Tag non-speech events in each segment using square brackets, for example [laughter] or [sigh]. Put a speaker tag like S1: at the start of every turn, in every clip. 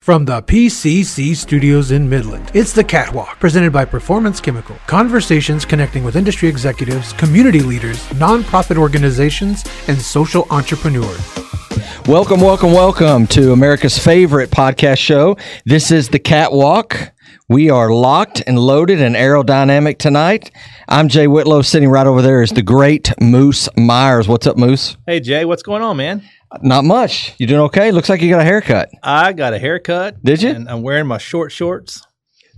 S1: From the PCC studios in Midland, it's The Catwalk, presented by Performance Chemical. Conversations connecting with industry executives, community leaders, nonprofit organizations, and social entrepreneurs.
S2: Welcome, welcome, welcome to America's favorite podcast show. This is the Catwalk. We are locked and loaded and aerodynamic tonight. I'm Jay Whitlow. Sitting right over there is the great Moose Myers. What's up, Moose?
S3: Hey Jay, what's going on, man?
S2: Not much. You doing okay? Looks like you got a haircut.
S3: I got a haircut.
S2: Did you?
S3: And I'm wearing my short shorts.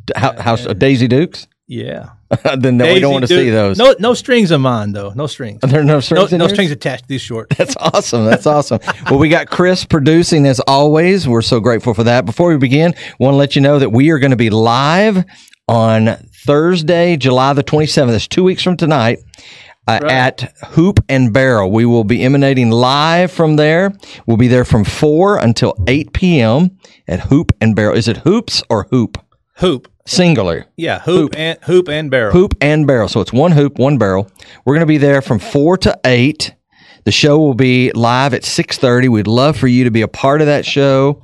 S2: D- How, how's Daisy Dukes? [laughs]
S3: Yeah.
S2: then no, we
S3: Daisy
S2: don't want to
S3: Duke-
S2: see those.
S3: No, no strings on mine though. No strings.
S2: There are no
S3: No,
S2: strings. in
S3: no
S2: yours?
S3: strings attached. to These shorts.
S2: That's awesome. That's awesome. Well, we got Chris producing as always. We're so grateful for that. Before we begin, want to let you know that we are going to be live on Thursday, July the 27th. That's two weeks from tonight. Uh, At Hoop and Barrel. We will be emanating live from there. We'll be there from 4 until 8 p.m. at Hoop and Barrel. Is it Hoops or Hoop?
S3: [laughs] Hoop.
S2: Singular.
S3: Yeah. Hoop, and hoop and barrel.
S2: Hoop and barrel. So it's one hoop, one barrel. We're going to be there from four to eight. The show will be live at six thirty. We'd love for you to be a part of that show.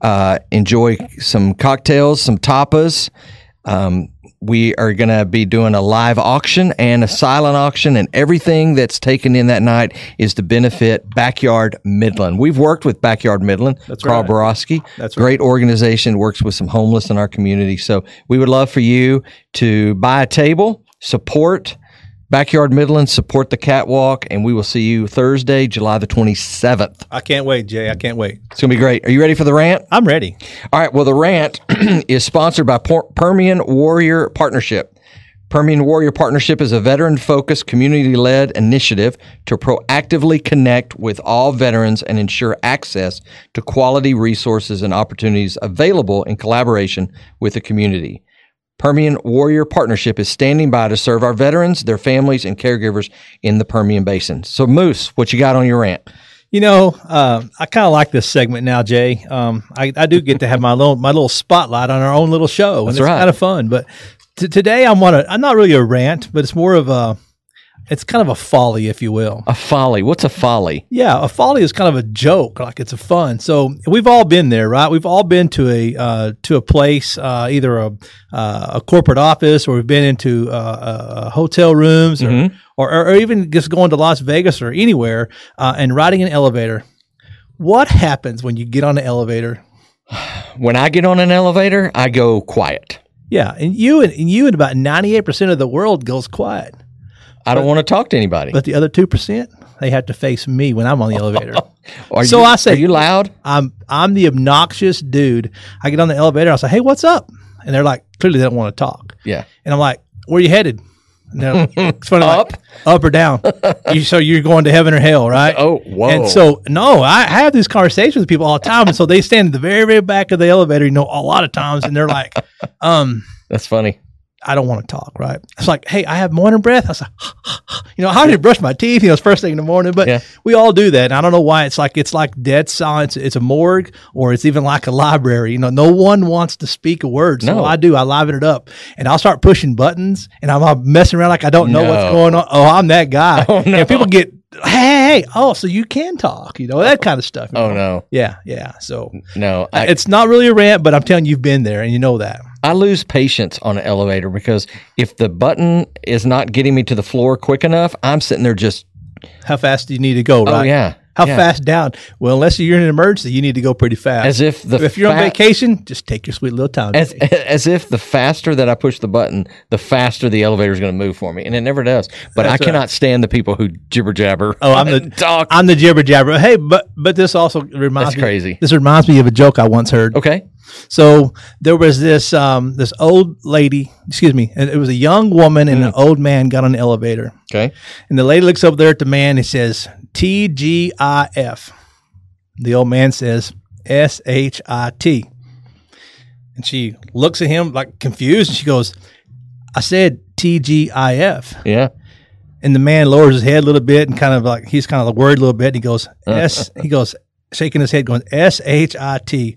S2: Uh, enjoy some cocktails, some tapas. Um, we are going to be doing a live auction and a silent auction, and everything that's taken in that night is to benefit Backyard Midland. We've worked with Backyard Midland,
S3: That's
S2: Carl
S3: right.
S2: Borowski.
S3: That's
S2: great organization. Works with some homeless in our community. So we would love for you to buy a table, support Backyard Midland, support the catwalk, and we will see you Thursday, July the twenty seventh.
S3: I can't wait, Jay. I can't wait.
S2: It's gonna be great. Are you ready for the rant?
S3: I'm ready.
S2: All right. Well, the rant [clears throat] is sponsored by Por- Permian Warrior Partnership. Permian Warrior Partnership is a veteran focused, community led initiative to proactively connect with all veterans and ensure access to quality resources and opportunities available in collaboration with the community. Permian Warrior Partnership is standing by to serve our veterans, their families, and caregivers in the Permian Basin. So, Moose, what you got on your rant?
S3: You know, uh, I kind of like this segment now, Jay. Um, I, I do get to have my [laughs] little my little spotlight on our own little show.
S2: That's
S3: and it's
S2: right.
S3: Kind of fun, but t- today I'm on a. I'm not really a rant, but it's more of a. It's kind of a folly, if you will.
S2: A folly. What's a folly?
S3: Yeah, a folly is kind of a joke, like it's a fun. So we've all been there, right? We've all been to a uh, to a place, uh, either a uh, a corporate office, or we've been into uh, uh, hotel rooms, or, or or even just going to Las Vegas or anywhere uh, and riding an elevator. What happens when you get on an elevator?
S2: When I get on an elevator, I go quiet.
S3: Yeah, and you and, and you and about ninety eight percent of the world goes quiet,
S2: I don't want to talk to anybody.
S3: but the other two percent they have to face me when I'm on the elevator.
S2: Are
S3: so
S2: you,
S3: I say-
S2: are you loud?
S3: I'm I'm the obnoxious dude. I get on the elevator. I say, "Hey, what's up?" And they're like, clearly they don't want to talk.
S2: Yeah.
S3: And I'm like, "Where you headed?" And
S2: [laughs]
S3: they're like, it's funny, like,
S2: Up?
S3: up or down. you, so you're going to heaven or hell, right?
S2: Oh, whoa.
S3: And so no, I have these conversations with people all the time, and so they stand at the very very back of the elevator. You know, a lot of times, and they're like, um.
S2: That's funny.
S3: I don't want to talk, right? It's like, hey, I have morning breath. I was like, [laughs] you know, I already brushed my teeth. You know, it's first thing in the morning, but
S2: Yeah.
S3: we all do that. And I don't know why it's like it's like dead silence. It's a morgue, or it's even like a library. You know, no one wants to speak a word. So
S2: No.
S3: I do. I liven it up, and I'll start pushing buttons, and I'm, I'm messing around like I don't know
S2: No.
S3: what's going on. Oh, I'm
S2: [laughs]
S3: that guy. And people get, hey, hey, hey, oh, so you can talk. You know, that kind of stuff. you
S2: Oh
S3: know?
S2: no,
S3: Yeah, yeah. So
S2: no. I,
S3: it's not really a rant, but I'm telling you, you've been there, and you know that.
S2: I lose patience on an elevator because if the button is not getting me to the floor quick enough, I'm sitting there just.
S3: How fast do you need to go?
S2: Oh
S3: Right?
S2: yeah.
S3: How
S2: yeah.
S3: fast down? Well, unless you're in an emergency, you need to go pretty fast.
S2: As if the
S3: if you're on
S2: fa-
S3: vacation, just take your sweet little time.
S2: As, [laughs] as if the faster that I push the button, the faster the elevator is going to move for me, and it never does. But I
S3: That's right.
S2: cannot stand the people who jibber jabber.
S3: Oh, I'm the-
S2: talk.
S3: I'm the jibber jabber. Hey, but but this also reminds
S2: That's
S3: me.
S2: crazy.
S3: This reminds me of a joke I once heard.
S2: okay.
S3: So there was this um, this old lady. Excuse me. and It was a young woman and
S2: Mm.
S3: an old man got on the elevator,
S2: Okay.
S3: and the lady looks over there at the man and says T G I F. The old man says S H I T. And she looks at him like confused, and she goes, "I said T G I F."
S2: Yeah. [laughs]
S3: and the man lowers his head a little bit and kind of like he's kind of worried a little bit and he goes s he goes shaking his head going s h i t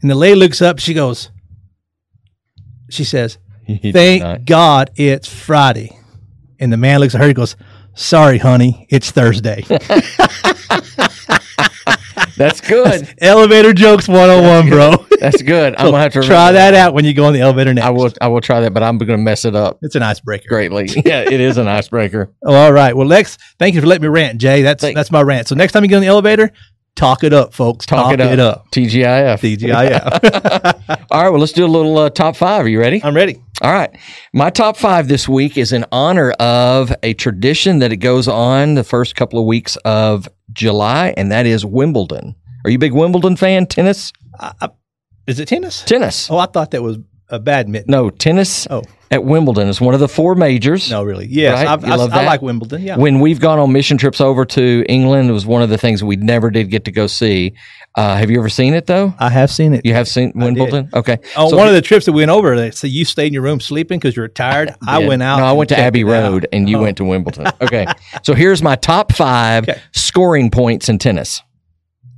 S3: and the lady looks up she goes she says
S2: He did not.
S3: thank god it's friday and the man looks at
S2: [laughs]
S3: her and goes sorry honey it's thursday
S2: That's
S3: [laughs]
S2: good.
S3: Elevator jokes
S2: [laughs]
S3: 101, bro.
S2: That's good. I'm gonna have
S3: [laughs]
S2: to
S3: Try
S2: remember
S3: that out when you go on the elevator next.
S2: I will. I will try that, but I'm gonna mess it up
S3: It's an icebreaker.
S2: greatly. [laughs] Yeah, it is an icebreaker.
S3: Oh, all right. Well, Lex, thank you for letting me rant, Jay. That's
S2: Thank-
S3: that's my rant. So next time you get on the elevator, talk it up, folks.
S2: Talk, it, up. TGIF. [laughs]
S3: TGIF.
S2: All right. Well, let's do a little uh, top five. Are you ready?
S3: I'm ready.
S2: All right. My top five this week is in honor of a tradition that it goes on the first couple of weeks of July, and that is Wimbledon. Are you a big Wimbledon fan? Tennis?
S3: I, I, is it tennis?
S2: Tennis.
S3: Oh, I thought that was a badminton.
S2: No, tennis
S3: Oh.
S2: at Wimbledon is one of the four majors.
S3: No, really. Yes,
S2: Right?
S3: I've-
S2: You
S3: I,
S2: love
S3: I
S2: that?
S3: like Wimbledon. Yeah.
S2: When we've gone on mission trips over to England, it was one of the things we never did get to go see. Uh, have you ever seen it, though?
S3: I have seen it.
S2: You have seen Wimbledon? Okay.
S3: On
S2: So
S3: Uh, one of the trips that we went over, they said you stayed in your room sleeping because you
S2: [laughs]
S3: were tired. I
S2: Yeah.
S3: went out.
S2: No, I
S3: and
S2: went to
S3: checked
S2: Abbey
S3: it
S2: Road,
S3: out. Oh.
S2: and you went to
S3: [laughs]
S2: Wimbledon. Okay, so here's my top five
S3: Okay.
S2: scoring points in tennis.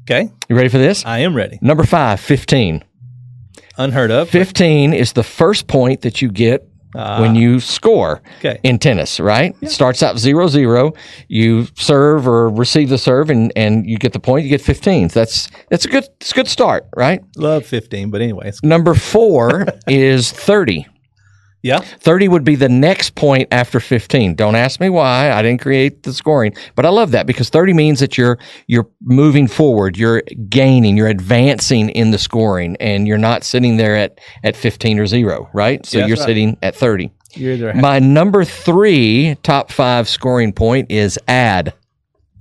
S3: Okay,
S2: You ready for this?
S3: I am ready.
S2: Number five, 15.
S3: Unheard of.
S2: 15 is the first point that you get when you score
S3: Ah. Okay.
S2: in tennis, right? Starts out 0 0. You serve or receive the serve, and, and you get the point. You get 15. That's, that's, a good, that's a good start, right?
S3: Love fifteen, but anyway, it's-
S2: Number
S3: [laughs]
S2: four is 30.
S3: yeah.
S2: 30 would be the next point after 15. Don't ask me why. I didn't create the scoring, but I love that because 30 means that you're you're moving forward, you're gaining, you're advancing in the scoring and you're not sitting there at at 15 or 0, right? So
S3: Yeah, that's
S2: you're
S3: right.
S2: sitting at 30.
S3: You're either
S2: My number 3 top 5 scoring point is add.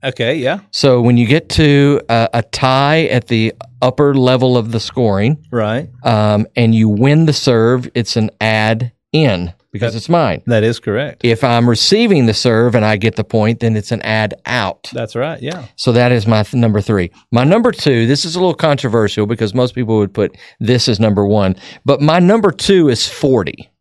S3: okay. Yeah,
S2: So when you get to a, a tie at the upper level of the scoring
S3: right.
S2: um, and you win the serve, it's an add in because it's mine
S3: That is correct.
S2: if I'm receiving the serve and I get the point, then it's an ad out.
S3: That's right. Yeah.
S2: So that is my th- number three. My number two, this is a little controversial because most people would put this as number one, but my number two is 40.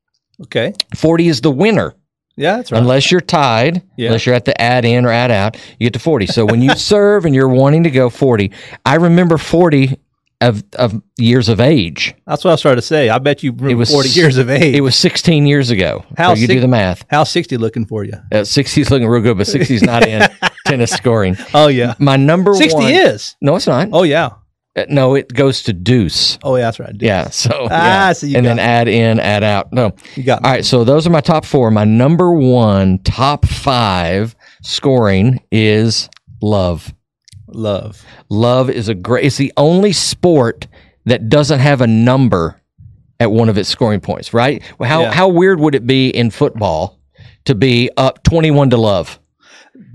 S3: Okay.
S2: 40 is the winner.
S3: Yeah, that's right.
S2: Unless you're tied,
S3: Yeah.
S2: unless you're at the ad in or ad out, you get to 40. So when
S3: [laughs]
S2: you serve and you're wanting to go 40, I remember 40 of, of years of age.
S3: That's what I was trying to say. I bet you
S2: It
S3: remember
S2: was
S3: forty years of age.
S2: It was 16 years ago.
S3: How
S2: so you
S3: sick-
S2: do the math.
S3: How's sixty looking for you?
S2: Uh, 60's looking real good, but 60's not
S3: [laughs]
S2: in tennis scoring.
S3: Oh yeah,
S2: My number
S3: sixty
S2: one.
S3: is.
S2: No, it's not.
S3: Oh yeah.
S2: Uh, No, it goes to deuce.
S3: Oh yeah, that's right. dude.
S2: Yeah. [laughs] So,
S3: Ah,
S2: yeah.
S3: so you
S2: and
S3: got
S2: then add in, add out. No.
S3: You got me.
S2: All right. So those are my top four. My number one top five scoring is love.
S3: love.
S2: Love is a great, it's the only sport that doesn't have a number at one of its scoring points, right? Well, How,
S3: Yeah.
S2: how weird would it be in football to be up 21 to love?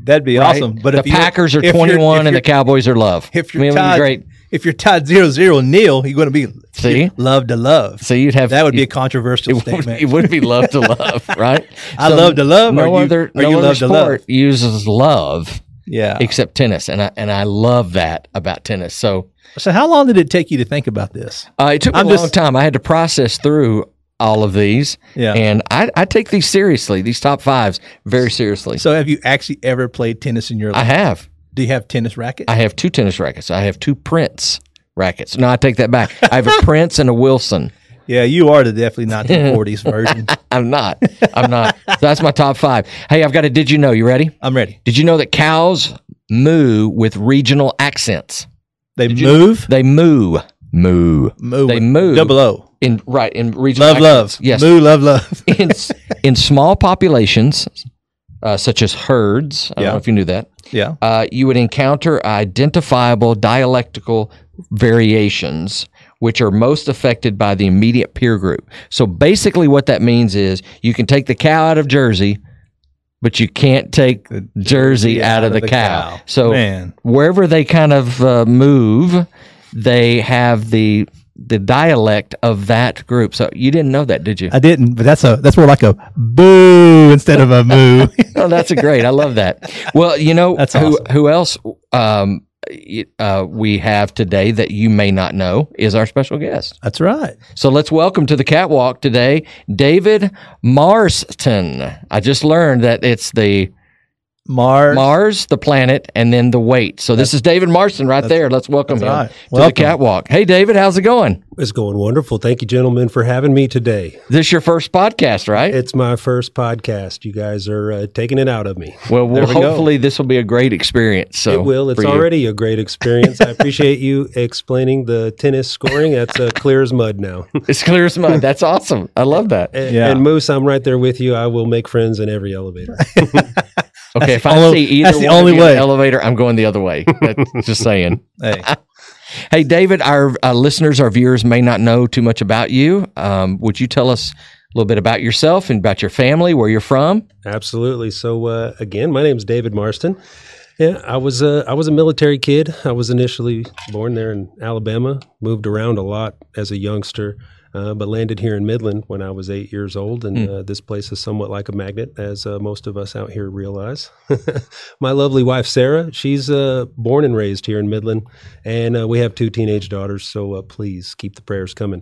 S3: That'd be
S2: right?
S3: awesome. But
S2: the
S3: if you-
S2: Packers are
S3: if you're-
S2: 21
S3: if
S2: and
S3: you're-
S2: the Cowboys are love. I
S3: if you're
S2: mean, it would be
S3: tied,
S2: great.
S3: if you're tied zero zero nil, you're going to be
S2: See?
S3: love to love.
S2: So you'd have
S3: that would be a
S2: you-
S3: controversial
S2: it would,
S3: statement.
S2: it would be love to
S3: [laughs]
S2: love, right?
S3: I love to love,
S2: No
S3: or you-
S2: other,
S3: or
S2: no
S3: you
S2: other
S3: love to love.
S2: sport uses love
S3: yeah.
S2: except tennis, and I and I love that about tennis. So
S3: So how long did it take you to think about this?
S2: uh, it took me
S3: I'm
S2: a long
S3: just-
S2: time. I had to process through all of these,
S3: Yeah.
S2: and I, I take these seriously. These top fives very seriously.
S3: So have you actually ever played tennis in your life?
S2: I have
S3: Do you have tennis racket?
S2: I have two tennis rackets. I have two Prince rackets. No, I take that back. I
S3: [laughs]
S2: have a Prince and a Wilson.
S3: yeah, you are the definitely not the
S2: [laughs]
S3: 40s version.
S2: I'm not. I'm not. So that's my top five. Hey, I've got a. Did you know? You ready?
S3: I'm ready.
S2: Did you know that cows moo with regional accents?
S3: They move,
S2: They moo, moo.
S3: move.
S2: They move.
S3: Double O.
S2: In right in regional
S3: Love, love.
S2: accents. Yes,
S3: Move,
S2: [laughs]
S3: love, love. [laughs]
S2: in, s- in small populations, uh, such as herds. I
S3: Yeah.
S2: don't know if you knew that.
S3: yeah.
S2: Uh, you would encounter identifiable dialectical variations, which are most affected by the immediate peer group. So basically, what that means is you can take the cow out of Jersey, but you can't take Jersey out, of the, cow. So
S3: man,
S2: wherever they kind of uh, move, they have the the dialect of that group. So you didn't know that, did you?
S3: I didn't, but that's a that's more like a boo instead of a
S2: [laughs]
S3: moo.
S2: oh, that's a great. I love that. Well, you know
S3: That's
S2: who
S3: awesome.
S2: who else um, y- uh, we have today that you may not know is our special guest.
S3: that's right.
S2: So let's welcome to the catwalk today, David Marston. I just learned that it's the
S3: Mars.
S2: Mars, the planet, and then the weight. So this is David Marston right there. Let's welcome him
S3: right.
S2: to
S3: Welcome.
S2: the catwalk. Hey, David, how's it going?
S4: It's going wonderful. Thank you, gentlemen, for having me today.
S2: This your first podcast, right?
S4: It's my first podcast. You guys are uh, taking it out of me.
S2: well, we'll
S3: we go.
S2: hopefully this will be a great experience. So
S4: It will. It's
S2: for you.
S4: already a great experience. I appreciate you explaining the tennis scoring. That's uh, clear as mud
S2: [laughs]
S4: now.
S2: [laughs] It's clear as mud. That's awesome. I love that.
S4: And,
S3: Yeah.
S4: and Moose, I'm right there with you. I will make friends in every elevator.
S2: Okay, if
S3: all-
S2: I see either
S3: that's the
S2: one of
S3: only
S2: you in
S3: way.
S2: the elevator, I'm going the other way. That's just saying.
S3: [laughs] Hey,
S2: Hey, David, our uh, listeners, our viewers may not know too much about you. Um, would you tell us a little bit about yourself and about your family, where you're from?
S4: Absolutely. So uh, again, my name's David Marston. Yeah, I was a I was a military kid. I was initially born there in Alabama. Moved around a lot as a youngster, uh, but landed here in Midland when I was eight years old. And uh, this place is somewhat like a magnet, as uh, most of us out here realize. [laughs] my lovely wife Sarah, she's uh, born and raised here in Midland, and uh, we have two teenage daughters. So uh, please keep the prayers coming.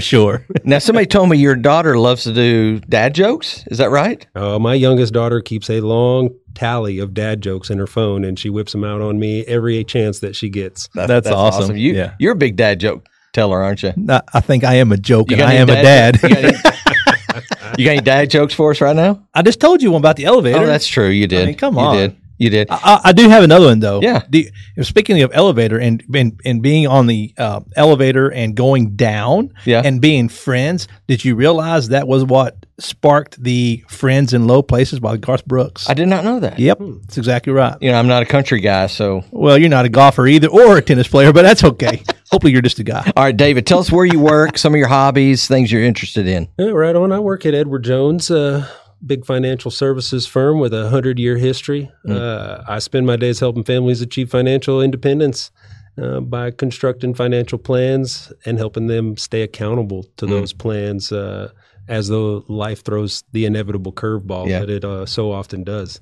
S2: [laughs]
S3: sure.
S2: Now, somebody told me your daughter loves to do dad jokes. Is that right?
S4: Uh, my youngest daughter keeps a long tally of dad jokes in her phone, and she whips them out on me every chance that she gets.
S3: That's, awesome.
S2: You,
S3: yeah.
S2: You're a big dad joke teller, aren't you?
S3: I I think I am a joke
S2: You
S3: and
S2: got
S3: I
S2: any
S3: am a dad.
S2: You got, any, you got any dad jokes for us right now?
S3: [laughs] I just told you one about the elevator.
S2: Oh, that's true. You did.
S3: mean, come
S2: You
S3: on. Uh,
S2: did. You did.
S3: I, I do have another one though.
S2: Yeah.
S3: Do you- speaking of elevator and and, and being on the uh, elevator and going down
S2: Yeah.
S3: and being friends, did you realize that was what sparked the Friends in Low Places by Garth Brooks?
S2: I Hmm. did not know that.
S3: yep, that's exactly right.
S2: You know, I'm not a country guy, so.
S3: Well, you're not a golfer either or a tennis player, but
S2: [laughs]
S3: that's okay. Hopefully, you're just a guy.
S2: All right, David, tell us where you work, some of your hobbies, things you're interested in.
S4: Yeah, right on. I work at Edward Jones, a big financial services firm with a hundred year history. Uh, I spend my days helping families achieve financial independence. Uh, by constructing financial plans and helping them stay accountable to those plans uh, as though life throws the inevitable curveball
S2: Yeah.
S4: that it uh, so often does.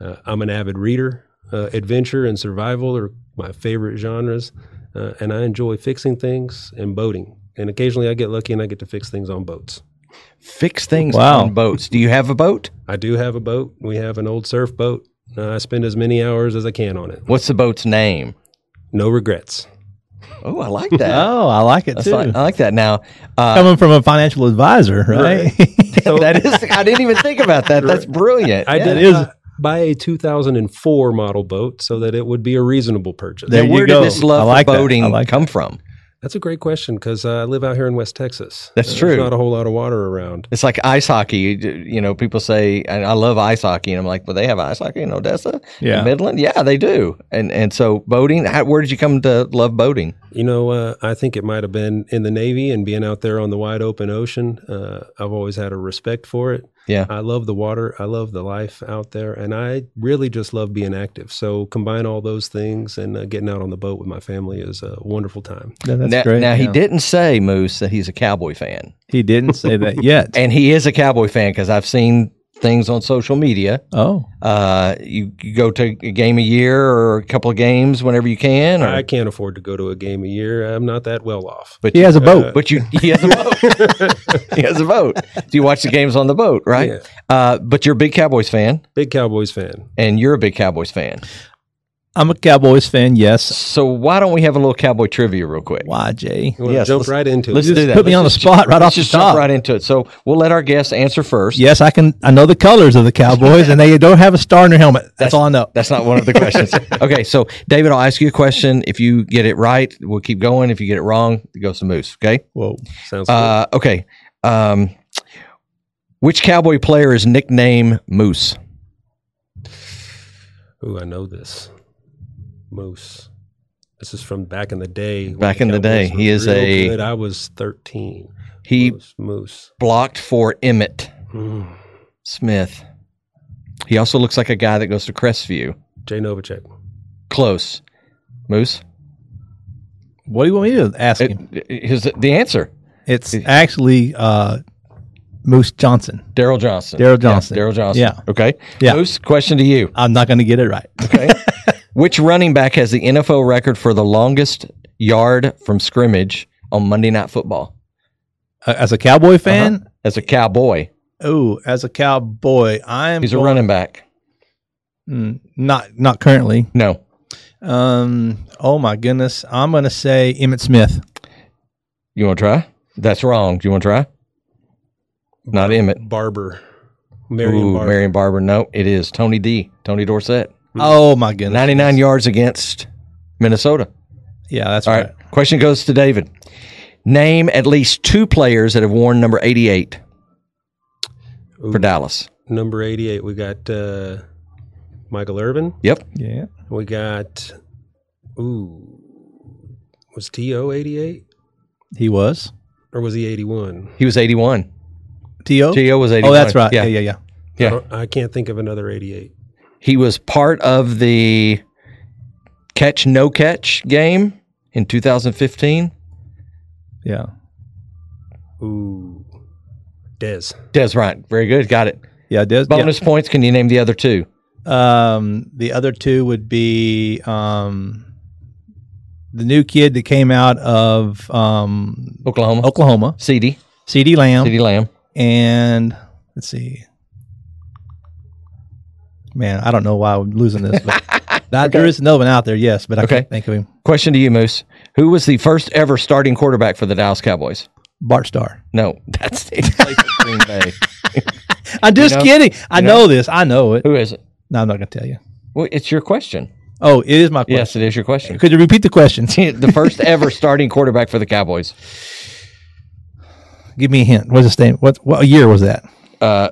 S4: Uh, I'm an avid reader. Uh, adventure and survival are my favorite genres, uh, and I enjoy fixing things and boating. And occasionally, I get lucky and I get to fix things on boats.
S2: Fix things
S3: Wow.
S2: on boats. Do you have a boat?
S4: I do have a boat. We have an old surf boat. Uh, I spend as many hours as I can on it.
S2: What's the boat's name?
S4: No regrets.
S2: Oh, I like that.
S3: Oh, I like it
S2: That's
S3: too.
S2: like- I like that. Now, uh,
S3: Coming from a financial advisor, right?
S2: [laughs] that is. I didn't even think about that.
S3: [laughs]
S2: That's brilliant.
S4: I
S2: Yeah.
S4: did
S3: it is.
S4: uh, buy a 2004 model boat so that it would be a reasonable purchase.
S3: There
S2: Now,
S3: you
S2: where
S3: go.
S2: did this love
S3: I like
S2: for
S3: that. I
S2: boating
S3: like
S2: come from?
S4: That's a great question because uh, I live out here in West Texas.
S2: That's
S4: Uh,
S2: true.
S4: There's not a whole lot of water around.
S2: It's like ice hockey. You d- You know, people say, and I love ice hockey, and I'm like, well, they have ice hockey in Odessa, in
S3: Yeah.
S2: Midland, yeah, they do. And and so boating. How, where did you come to love boating?
S4: You know, uh, I think it might have been in the Navy and being out there on the wide open ocean. Uh, I've always had a respect for it.
S2: Yeah,
S4: I love the water. I love the life out there. And I really just love being active. So combine all those things and uh, getting out on the boat with my family is a wonderful time.
S3: No, [laughs] that's
S2: now,
S3: great.
S2: now he
S3: Yeah.
S2: didn't say Moose that he's a cowboy fan,
S3: He didn't say
S2: [laughs]
S3: that yet.
S2: and he is a cowboy fan because I've seen things on social media.
S3: Oh,
S2: Uh, you, you go to a game a year or a couple of games whenever you can, or
S4: I can't afford to go to a game a year. I'm not that well off.
S2: but
S3: he
S2: you-
S3: has a boat.
S2: But you, he has a boat. [laughs] he has a boat. So you watch the games on the boat, right?
S4: Yeah.
S2: Uh, but you're a big Cowboys fan,
S4: Big Cowboys fan.
S2: and you're a big Cowboys fan.
S3: I'm a Cowboys fan. Yes.
S2: So why don't we have a little Cowboy trivia real quick?
S3: Why, Jay?
S4: You wanna
S2: Yes,
S4: jump
S2: let's-
S4: right into
S2: let's
S4: it.
S2: do that.
S3: Put me
S2: Let's
S3: on the
S2: just-
S3: spot right off
S2: Let's
S3: the
S2: just
S3: top.
S2: jump right into it. So we'll let our guests answer first.
S3: Yes, I can. I know the colors of the Cowboys, and they don't have a star in their helmet. That's, all I know.
S2: That's not one of the questions. [laughs] okay, so David, I'll ask you a question. If you get it right, we'll keep going. If you get it wrong, it goes to Moose. Okay.
S3: Whoa.
S4: Sounds
S2: Uh, okay. Um, which cowboy player is nicknamed Moose?
S4: good. Ooh, I know this. Moose. This is from back in the day. when
S2: Back in the
S4: Cowboys
S2: day.
S4: were
S2: He is
S4: real
S2: a-
S4: good. I was 13.
S2: He
S4: Moose. Moose.
S2: blocked for Emmett
S3: Hmm.
S4: Mm.
S2: Smith. He also looks like a guy that goes to Crestview.
S4: Jay Novacek.
S2: Close. Moose?
S3: What do you want me to ask
S2: It,
S3: him?
S2: his, the answer
S3: It's actually uh, Moose Johnson.
S2: Daryl Johnson.
S3: Daryl Johnson.
S2: Yeah, Daryl Johnson.
S3: Yeah.
S2: Okay.
S3: Yeah.
S2: Moose, question to you.
S3: I'm not going to get it right.
S2: Okay. Which running back has the NFL record for the longest yard from scrimmage on Monday Night Football?
S3: Uh, as a
S2: Uh-huh.
S3: Cowboy fan,
S2: As a cowboy,
S3: oh, as a Cowboy, I am.
S2: he's a
S3: going-
S2: running back.
S3: Not not currently.
S2: No.
S3: Um, oh my goodness, I'm gonna say Emmett Smith.
S2: You want to try? That's wrong. Do you want to try? Not Emmett.
S4: Barber, Marion
S2: Ooh,
S4: Barber.
S2: Marion Barber. No, it is Tony D. Tony Dorsett.
S3: Oh my goodness,
S2: 99 yards against Minnesota.
S3: Yeah, that's
S2: All
S3: right.
S2: right. Question goes to David. Name at least two players that have worn number 88 for
S4: Ooh.
S2: Dallas.
S4: Number eighty-eight. We got uh, Michael Irvin.
S2: Yep.
S3: Yeah.
S4: We got ooh, was To eighty-eight
S3: He was.
S4: or was he eighty-one?
S2: He was 81.
S3: T.O.
S2: T.O. was 81.
S3: Oh, that's right.
S2: Yeah.
S3: Yeah, yeah, yeah.
S2: Yeah.
S4: I, don't- Uh, I can't think of another eighty-eight.
S2: He was part of the catch no catch game in 2015.
S3: Yeah.
S4: Ooh, Des.
S2: Des Bryant. Very good. Got it.
S3: Yeah, Des, yeah.
S2: Bonus points. Can you name the other two?
S3: Um, the other two would be um, the new kid that came out of um,
S2: Oklahoma.
S3: Oklahoma,
S2: CD.
S3: C.D. Lamb,
S2: CD Lamb.
S3: and let's see. Man, I don't know why I'm losing this, [laughs] but that, there is another one out there, yes, but I
S2: Okay.
S3: can't think of him.
S2: Question to you, Moose. Who was the first ever starting quarterback for the Dallas Cowboys?
S3: Bart Starr.
S2: No, [laughs] that's he played for Green Bay.
S3: I'm just
S2: know-
S3: kidding. I
S2: you
S3: know,
S2: know-
S3: this. I know it.
S2: Who is it?
S3: No, I'm not going to tell you.
S2: Well, it's your question.
S3: Oh, it is my question.
S2: Yes, it is your question.
S3: Could you repeat the [laughs] question?
S2: the first ever starting quarterback for the Cowboys.
S3: Give me a hint. What's his name? What what year was that?
S2: Uh,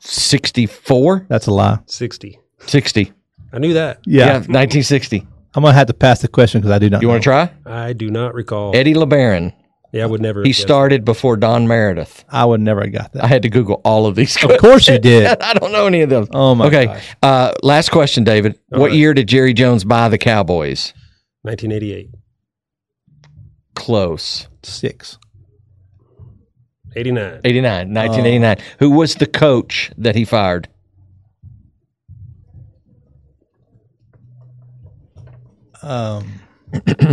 S2: 64?
S3: That's a lie.
S4: Sixty.
S2: 60.
S4: I knew that.
S3: Yeah,
S2: 1960.
S3: I'm gonna have to pass the question because I do not.
S2: You want to try?
S4: I do not recall.
S2: Eddie LeBaron.
S4: yeah, I would never.
S2: He
S4: have guessed.
S2: started before Don Meredith.
S3: I would never have got that.
S2: I had to Google all of these. [laughs]
S3: of course you did.
S2: I don't know any of them.
S3: Oh my
S2: Okay.
S3: gosh.
S2: Uh, last question, David. what
S4: right.
S2: year did Jerry Jones buy the Cowboys?
S4: 1988,
S2: Close.
S3: Six.
S4: 89.
S2: 89,
S3: Oh.
S2: 1989. Who was the coach that he fired?
S3: Um.
S2: [laughs]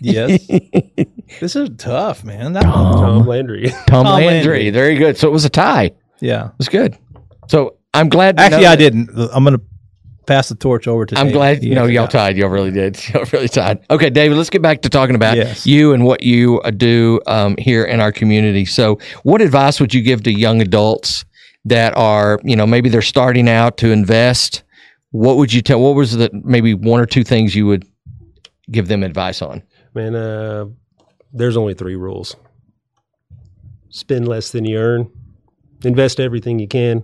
S3: yes. this is tough, man. That
S2: Uh-huh.
S4: Tom Landry. [laughs]
S2: Tom,
S3: Tom
S2: Landry.
S3: Landry.
S2: Very good. So it was a tie. It
S3: yeah.
S2: was good. So I'm glad. to
S3: Actually,
S2: know that-
S3: I didn't. I'm gonna pass the torch over to.
S2: I'm
S3: David.
S2: glad.
S3: He
S2: no,
S3: actually
S2: y'all
S3: got it.
S2: tied. Y'all really did. [laughs] Y'all really tied. Okay, David, let's get back to talking about
S3: Yes.
S2: you and what you uh, do um, here in our community. So, what advice would you give to young adults that are, you know, maybe they're starting out to invest? What would you tell? What was the maybe one or two things you would give them advice on?
S4: Man, uh, there's only three rules spend less than you earn, invest everything you can,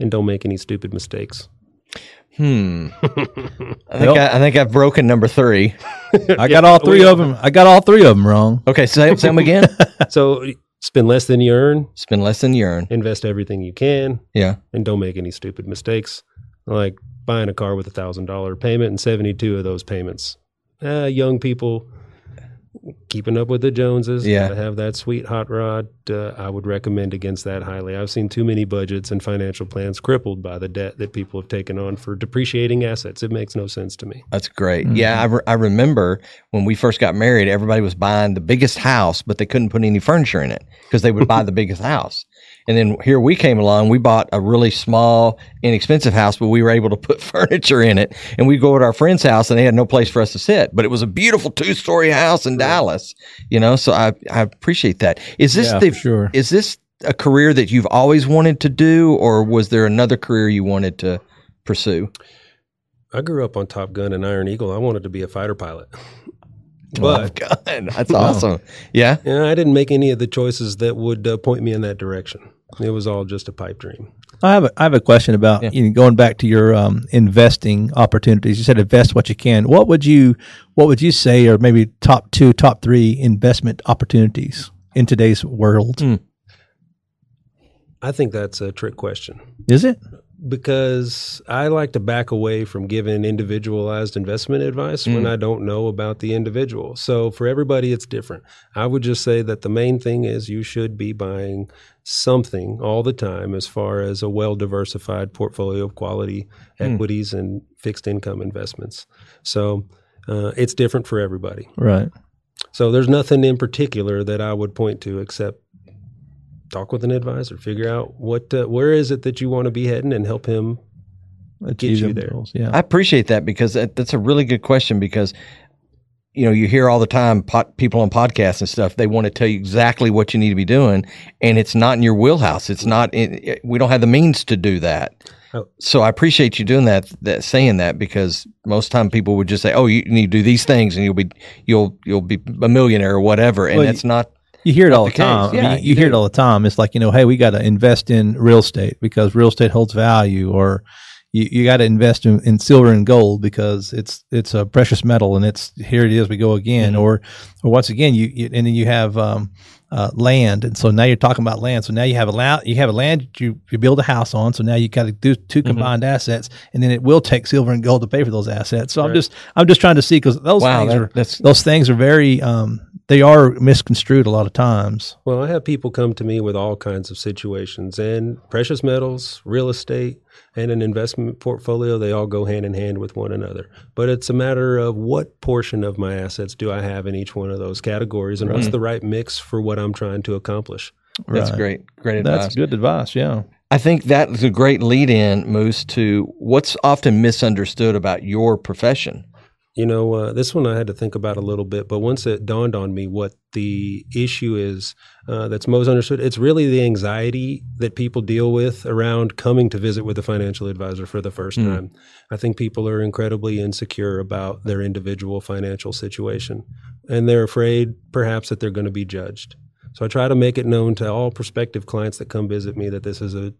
S4: and don't make any stupid mistakes.
S2: Hmm. I think I, I think I've broken number three.
S3: I got all three of them. I got all three of them wrong.
S2: Okay, say, say them again.
S4: So spend less than you earn,
S2: [laughs] Spend less than you earn.
S4: invest everything you can,
S2: Yeah.
S4: and don't make any stupid mistakes. Like buying a car with a $1,000 payment and 72 of those payments. Uh, young people keeping up with the Joneses.
S2: Yeah.
S4: gotta have that sweet hot rod. Uh, I would recommend against that highly. I've seen too many budgets and financial plans crippled by the debt that people have taken on for depreciating assets. It makes no sense to me.
S2: That's great. Yeah,
S3: Mm-hmm.
S2: I, re- I remember when we first got married, everybody was buying the biggest house, but they couldn't put any furniture in it because they would buy the biggest house. And then here we came along, we bought a really small, inexpensive house, but we were able to put [laughs] furniture in it. And we'd go at our friend's house and they had no place for us to sit, but it was a beautiful two story house in Dallas, you know? So I, I appreciate that. Is this
S3: Yeah,
S2: the,
S3: for sure.
S2: is this a career that you've always wanted to do or was there another career you wanted to pursue?
S4: I grew up on Top Gun and Iron Eagle. I wanted to be a fighter pilot.
S2: [laughs]
S4: But
S2: God, that's awesome. Yeah.
S4: Yeah, I didn't make any of the choices that would uh, point me in that direction. It was all just a pipe dream.
S3: I have a, I have a question about you know, going back to your um, investing opportunities. You said invest what you can. What would you what would you say are maybe top two, top three investment opportunities in today's world?
S2: Hmm.
S4: I think that's a trick question
S3: Is it?
S4: because I like to back away from giving individualized investment advice when I don't know about the individual. So for everybody, it's different. I would just say that the main thing is you should be buying something all the time as far as a well diversified portfolio of quality equities and fixed income investments. So uh, it's different for everybody.
S3: Right.
S4: So there's nothing in particular that I would point to except talk with an advisor, figure out what uh, where is it that you want to be heading, and help him
S3: Let's
S4: Get
S3: use
S4: you
S3: them
S4: there.
S3: tools, Yeah.
S2: I appreciate that because that, that's a really good question because you know you hear all the time pot, people on podcasts and stuff they want to tell you exactly what you need to be doing and it's not in your wheelhouse it's not in, it, we don't have the means to do that
S4: Oh.
S2: so i appreciate you doing that that saying that because most time people would just say oh you need to do these things and you'll be you'll you'll be a millionaire or whatever and
S3: Well,
S2: that's not
S3: You hear it all
S2: the
S3: the, time.
S2: case.
S3: I mean,
S2: Yeah,
S3: you,
S2: you
S3: hear it
S2: do.
S3: all the time. It's like you know, hey, we got to invest in real estate because real estate holds value, or you, you got to invest in, in silver and gold because it's it's a precious metal, and it's here it is. We go again,
S2: Mm-hmm.
S3: or or once again, you, you and then you have um, uh, land, and so now you're talking about land. So now you have a land, you have a land that you you build a house on. So now you got to do two
S2: Mm-hmm.
S3: combined assets, and then it will take silver and gold to pay for those assets. So I'm just I'm just trying to see because those
S2: Wow,
S3: things
S2: that-
S3: are
S2: that's-
S3: those things are very um, they are misconstrued a lot of times.
S4: Well, I have people come to me with all kinds of situations and precious metals, real estate, and an investment portfolio. They all go hand in hand with one another. But it's a matter of what portion of my assets do I have in each one of those categories and what's the right mix for what I'm trying to accomplish.
S2: that's
S3: Right.
S2: great great advice
S3: That's good advice. Yeah.
S2: I think that is a great lead in, Moose, to what's often misunderstood about your profession.
S4: You know, uh, this one I had to think about a little bit, but once it dawned on me what the issue is uh, that's most understood, it's really the anxiety that people deal with around coming to visit with a financial advisor for the first time. I think people are incredibly insecure about their individual financial situation, and they're afraid perhaps that they're going to be judged. So I try to make it known to all prospective clients that come visit me that this is a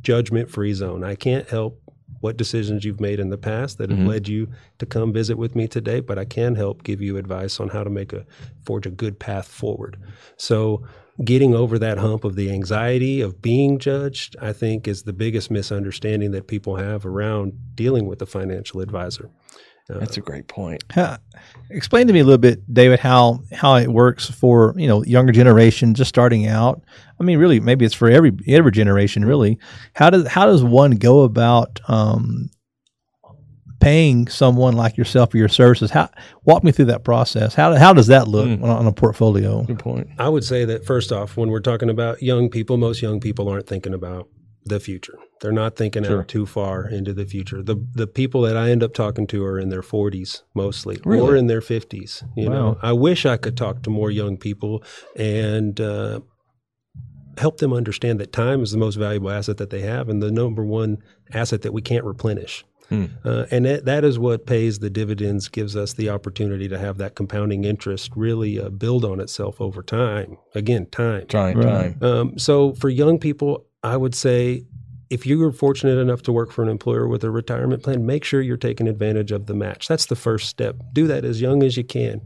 S4: judgment free zone. I can't help what decisions you've made in the past that have led you to come visit with me today, but I can help give you advice on how to make a forge a good path forward. So getting over that hump of the anxiety of being judged, I think is the biggest misunderstanding that people have around dealing with a financial advisor.
S2: That's a great point.
S3: Huh. Explain to me a little bit, David, how how it works for you know younger generation just starting out. I mean, really, maybe it's for every every generation. Really, how does how does one go about um, paying someone like yourself for your services? How walk me through that process. How how does that look on, on a portfolio?
S2: Good point.
S4: I would say that first off, when we're talking about young people, most young people aren't thinking about the future. They're not thinking out too far into the future. The the people that I end up talking to are in their 40s mostly, or in their 50s. You know, I wish I could talk to more young people and uh, help them understand that time is the most valuable asset that they have and the number one asset that we can't replenish. Uh, and that, that is what pays the dividends, gives us the opportunity to have that compounding interest really uh, build on itself over time. Again, time.
S2: Trying time.
S4: Um, so for young people, I would say if you are fortunate enough to work for an employer with a retirement plan, make sure you're taking advantage of the match. That's the first step. Do that as young as you can.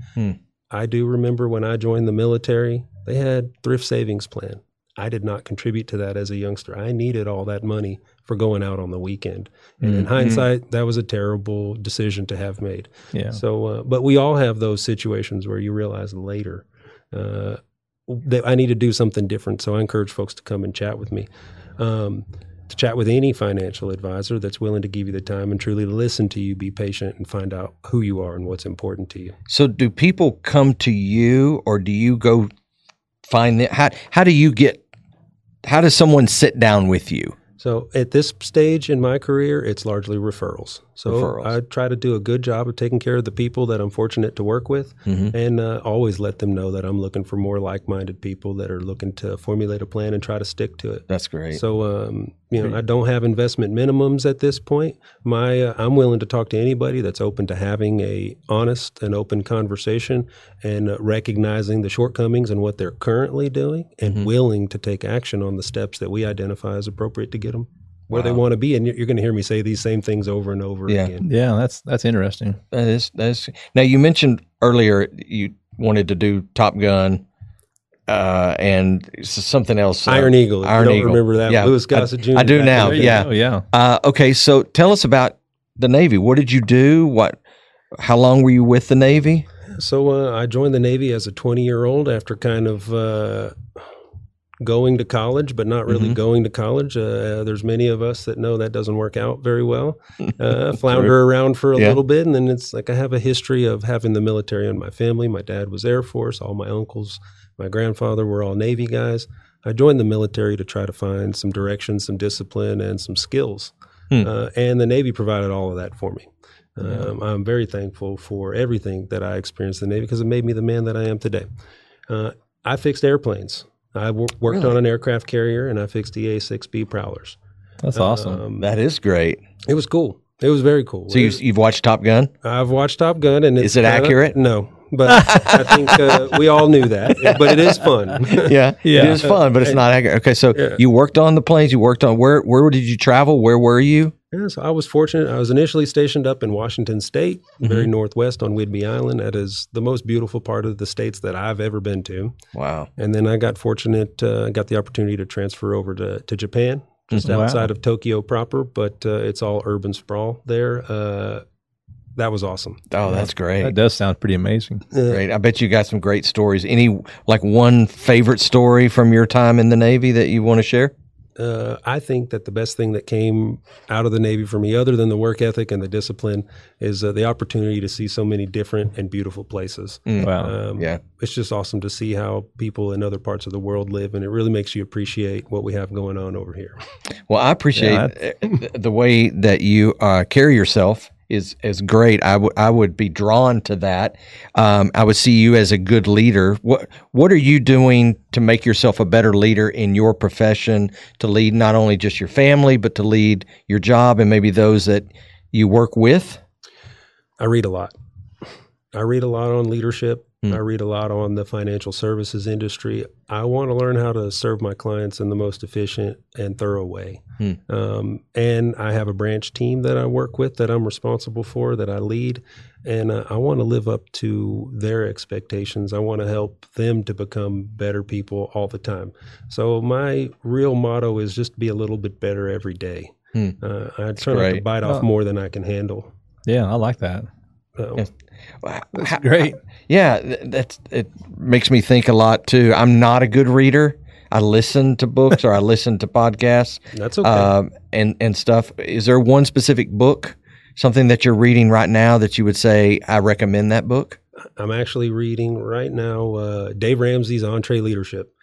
S4: I do remember when I joined the military, they had thrift savings plan. I did not contribute to that as a youngster. I needed all that money for going out on the weekend. And in hindsight, that was a terrible decision to have made.
S3: Yeah.
S4: So, uh, but we all have those situations where you realize later uh, that I need to do something different. So I encourage folks to come and chat with me. Um, to chat with any financial advisor that's willing to give you the time and truly listen to you, be patient, and find out who you are and what's important to you.
S2: So, do people come to you, or do you go find that? How how do you get? How does someone sit down with you?
S4: So at this stage in my career, it's largely referrals. So
S2: Referrals.
S4: I try to do a good job of taking care of the people that I'm fortunate to work with, and uh, always let them know that I'm looking for more like-minded people that are looking to formulate a plan and try to stick to it.
S2: That's great.
S4: So um, you know, I don't have investment minimums at this point. My uh, I'm willing to talk to anybody that's open to having a honest and open conversation and uh, recognizing the shortcomings and what they're currently doing and willing to take action on the steps that we identify as appropriate to get them where they want to be. And you're, you're going to hear me say these same things over and over
S2: Yeah.
S4: again.
S3: Yeah, that's that's interesting.
S2: that is that is. Now you mentioned earlier you wanted to do Top Gun, uh, and s- something else. uh,
S4: Iron Eagle. If you
S2: Iron
S4: don't
S2: Eagle.
S4: remember that,
S2: Yeah.
S4: Louis
S2: I-
S4: Gossett Jr.
S2: I do
S4: back
S2: now,
S4: in the day.
S2: yeah.
S3: Oh yeah.
S2: Uh, okay, so tell us about the Navy. What did you do? What? How long were you with the Navy?
S4: So uh, I joined the Navy as a 20 year old after kind of uh, going to college, but not really going to college. Uh, there's many of us that know that doesn't work out very well. Uh, flounder around for a
S2: Yeah.
S4: little bit, and then it's like I have a history of having the military in my family. My dad was Air Force. All my uncles, my grandfather were all Navy guys. I joined the military to try to find some direction, some discipline, and some skills. uh, and the Navy provided all of that for me. Um, I'm very thankful for everything that I experienced in the Navy because it made me the man that I am today. Uh, I fixed airplanes. I wor- worked on an aircraft carrier and I fixed E EA 6B Prowlers.
S3: That's
S2: Um,
S3: awesome.
S2: That is great.
S4: It was cool. It was very cool.
S2: So you've, you've watched Top Gun?
S4: I've watched Top Gun, and it's
S2: Is it
S4: kinda-
S2: accurate?
S4: No, but I think uh, we all knew that. But it is fun.
S2: [laughs]
S4: [laughs]
S2: Yeah,
S3: Yeah.
S2: It is fun, but it's not accurate. Okay, so you worked on the planes. You worked on where? Where did you travel? Where were you?
S4: Yeah, so I was fortunate. I was initially stationed up in Washington State, very
S2: Mm-hmm.
S4: northwest on Whidbey Island. That is the most beautiful part of the states that I've ever been to.
S2: Wow.
S4: And then I got fortunate, uh, got the opportunity to transfer over to, to Japan, just outside of Tokyo proper, but uh, it's all urban sprawl there. Uh, that was awesome.
S2: Oh, that's
S3: That
S2: great.
S3: does sound pretty amazing.
S2: Great. I bet you got some great stories. Any like one favorite story from your time in the Navy that you want to share?
S4: uh, I think that the best thing that came out of the Navy for me, other than the work ethic and the discipline, is uh, the opportunity to see so many different and beautiful places.
S3: Wow.
S4: Um,
S2: Yeah.
S4: It's just awesome to see how people in other parts of the world live, and it really makes you appreciate what we have going on over here.
S2: Well, I appreciate uh, the way that you uh, carry yourself is is great. I would I would be drawn to that. Um, I would see you as a good leader. What What are you doing to make yourself a better leader in your profession to lead not only just your family but to lead your job and maybe those that you work with?
S4: I read a lot. I read a lot on leadership.
S2: Hmm.
S4: I read a lot on the financial services industry. I want to learn how to serve my clients in the most efficient and thorough way.
S2: Hmm.
S4: Um, and I have a branch team that I work with that I'm responsible for, that I lead. And uh, I want to live up to their expectations. I want to help them to become better people all the time. So, my real motto is just be a little bit better every day.
S2: Hmm.
S4: Uh, I try not to
S2: great.
S4: bite off more than I can handle.
S3: Yeah, I like that.
S4: So,
S2: How-
S3: Great.
S2: Yeah, th- that's it makes me think a lot too. I'm not a good reader. I listen to books or I listen to podcasts
S4: That's okay.
S2: um, and and stuff. Is there one specific book, something that you're reading right now that you would say I recommend that book?
S4: I'm actually reading right now uh, Dave Ramsey's Entree Leadership,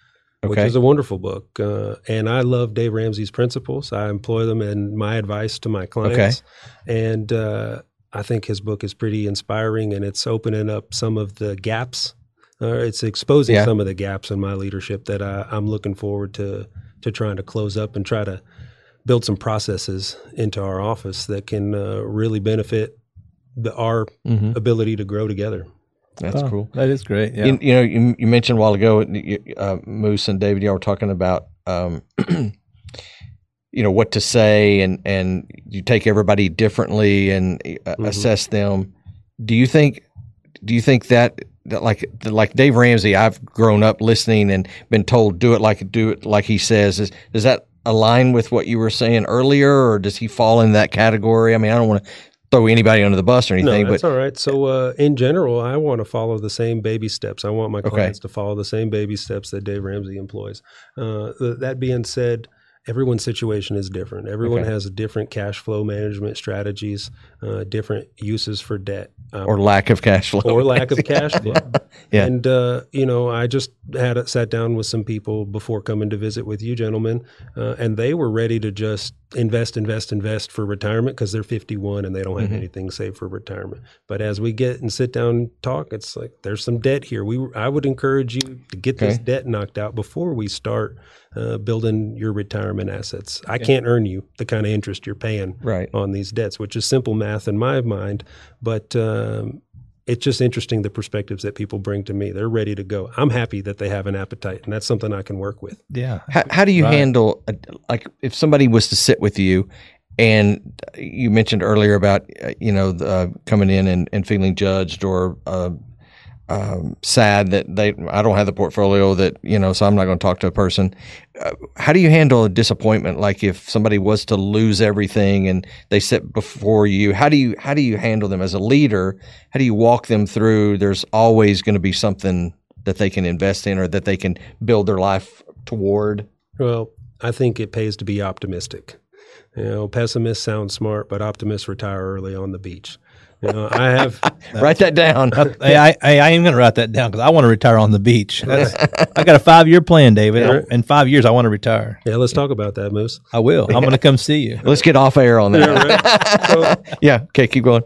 S4: which
S2: Okay.
S4: is a wonderful book. Uh, and I love Dave Ramsey's principles. I employ them in my advice to my clients. And uh, I think his book is pretty inspiring and it's opening up some of the gaps. Uh, it's exposing
S2: Yeah.
S4: some of the gaps in my leadership that I, I'm looking forward to to trying to close up and try to build some processes into our office that can uh, really benefit the, our
S2: Mm-hmm.
S4: ability to grow together.
S2: That's
S3: Oh,
S2: cool.
S3: That is great. Yeah.
S2: You, you know, you, you mentioned a while ago, you- uh, Moose and David, y'all were talking about, um, [clears throat] you know, what to say, and and you take everybody differently and uh,
S4: Mm-hmm.
S2: assess them. Do you think? Do you think that? That like like Dave Ramsey, I've grown up listening and been told do it like do it like he says. Is, does that align with what you were saying earlier, or does he fall in that category? I mean, I don't want to throw anybody under the bus or anything,
S4: No, that's
S2: but
S4: all right. So, uh, in general, I want to follow the same baby steps. I want my clients to follow the same baby steps that Dave Ramsey employs. Uh, th- that being said, everyone's situation is different. Everyone
S2: Okay.
S4: has different cash flow management strategies, uh, different uses for debt. Um,
S2: or lack of cash flow
S4: or lack of cash flow.
S2: Yeah.
S4: And uh, you know, I just had a, sat down with some people before coming to visit with you, gentlemen, uh, and they were ready to just invest, invest, invest for retirement because they're 51 and they don't
S2: Mm-hmm.
S4: have anything saved for retirement. But as we get and sit down and talk, it's like there's some debt here. We I would encourage you to get this
S2: Okay.
S4: debt knocked out before we start uh, building your retirement assets. I can't earn you the kind of interest you're paying
S2: Right.
S4: on these debts, which is simple math in my mind, but um, it's just interesting the perspectives that people bring to me. They're ready to go. I'm happy that they have an appetite, and that's something I can work with.
S3: yeah.
S2: How, how do you handle a, like if somebody was to sit with you, and you mentioned earlier about uh, you know the, uh, coming in and, and feeling judged or uh, um, sad that they I don't have the portfolio that you know so I'm not going to talk to a person. Uh, how do you handle a disappointment like if somebody was to lose everything and they sit before you? How do you how do you handle them as a leader? How do you walk them through? There's always going to be something that they can invest in or that they can build their life toward.
S4: Well, I think it pays to be optimistic. You know, pessimists sound smart, but optimists retire early on the beach. You know, I have
S2: Write that down.
S3: Hey, I, hey, I am going to write that down because I want to retire on
S2: [laughs]
S3: the beach. That's, I got a five year plan, David.
S4: Yeah.
S3: In five years, I want to retire.
S4: yeah. Let's talk about that, Moose.
S3: I will. I'm
S2: [laughs]
S3: going to come see you.
S2: Let's get off air on that.
S4: So,
S2: Yeah. Okay. Keep going.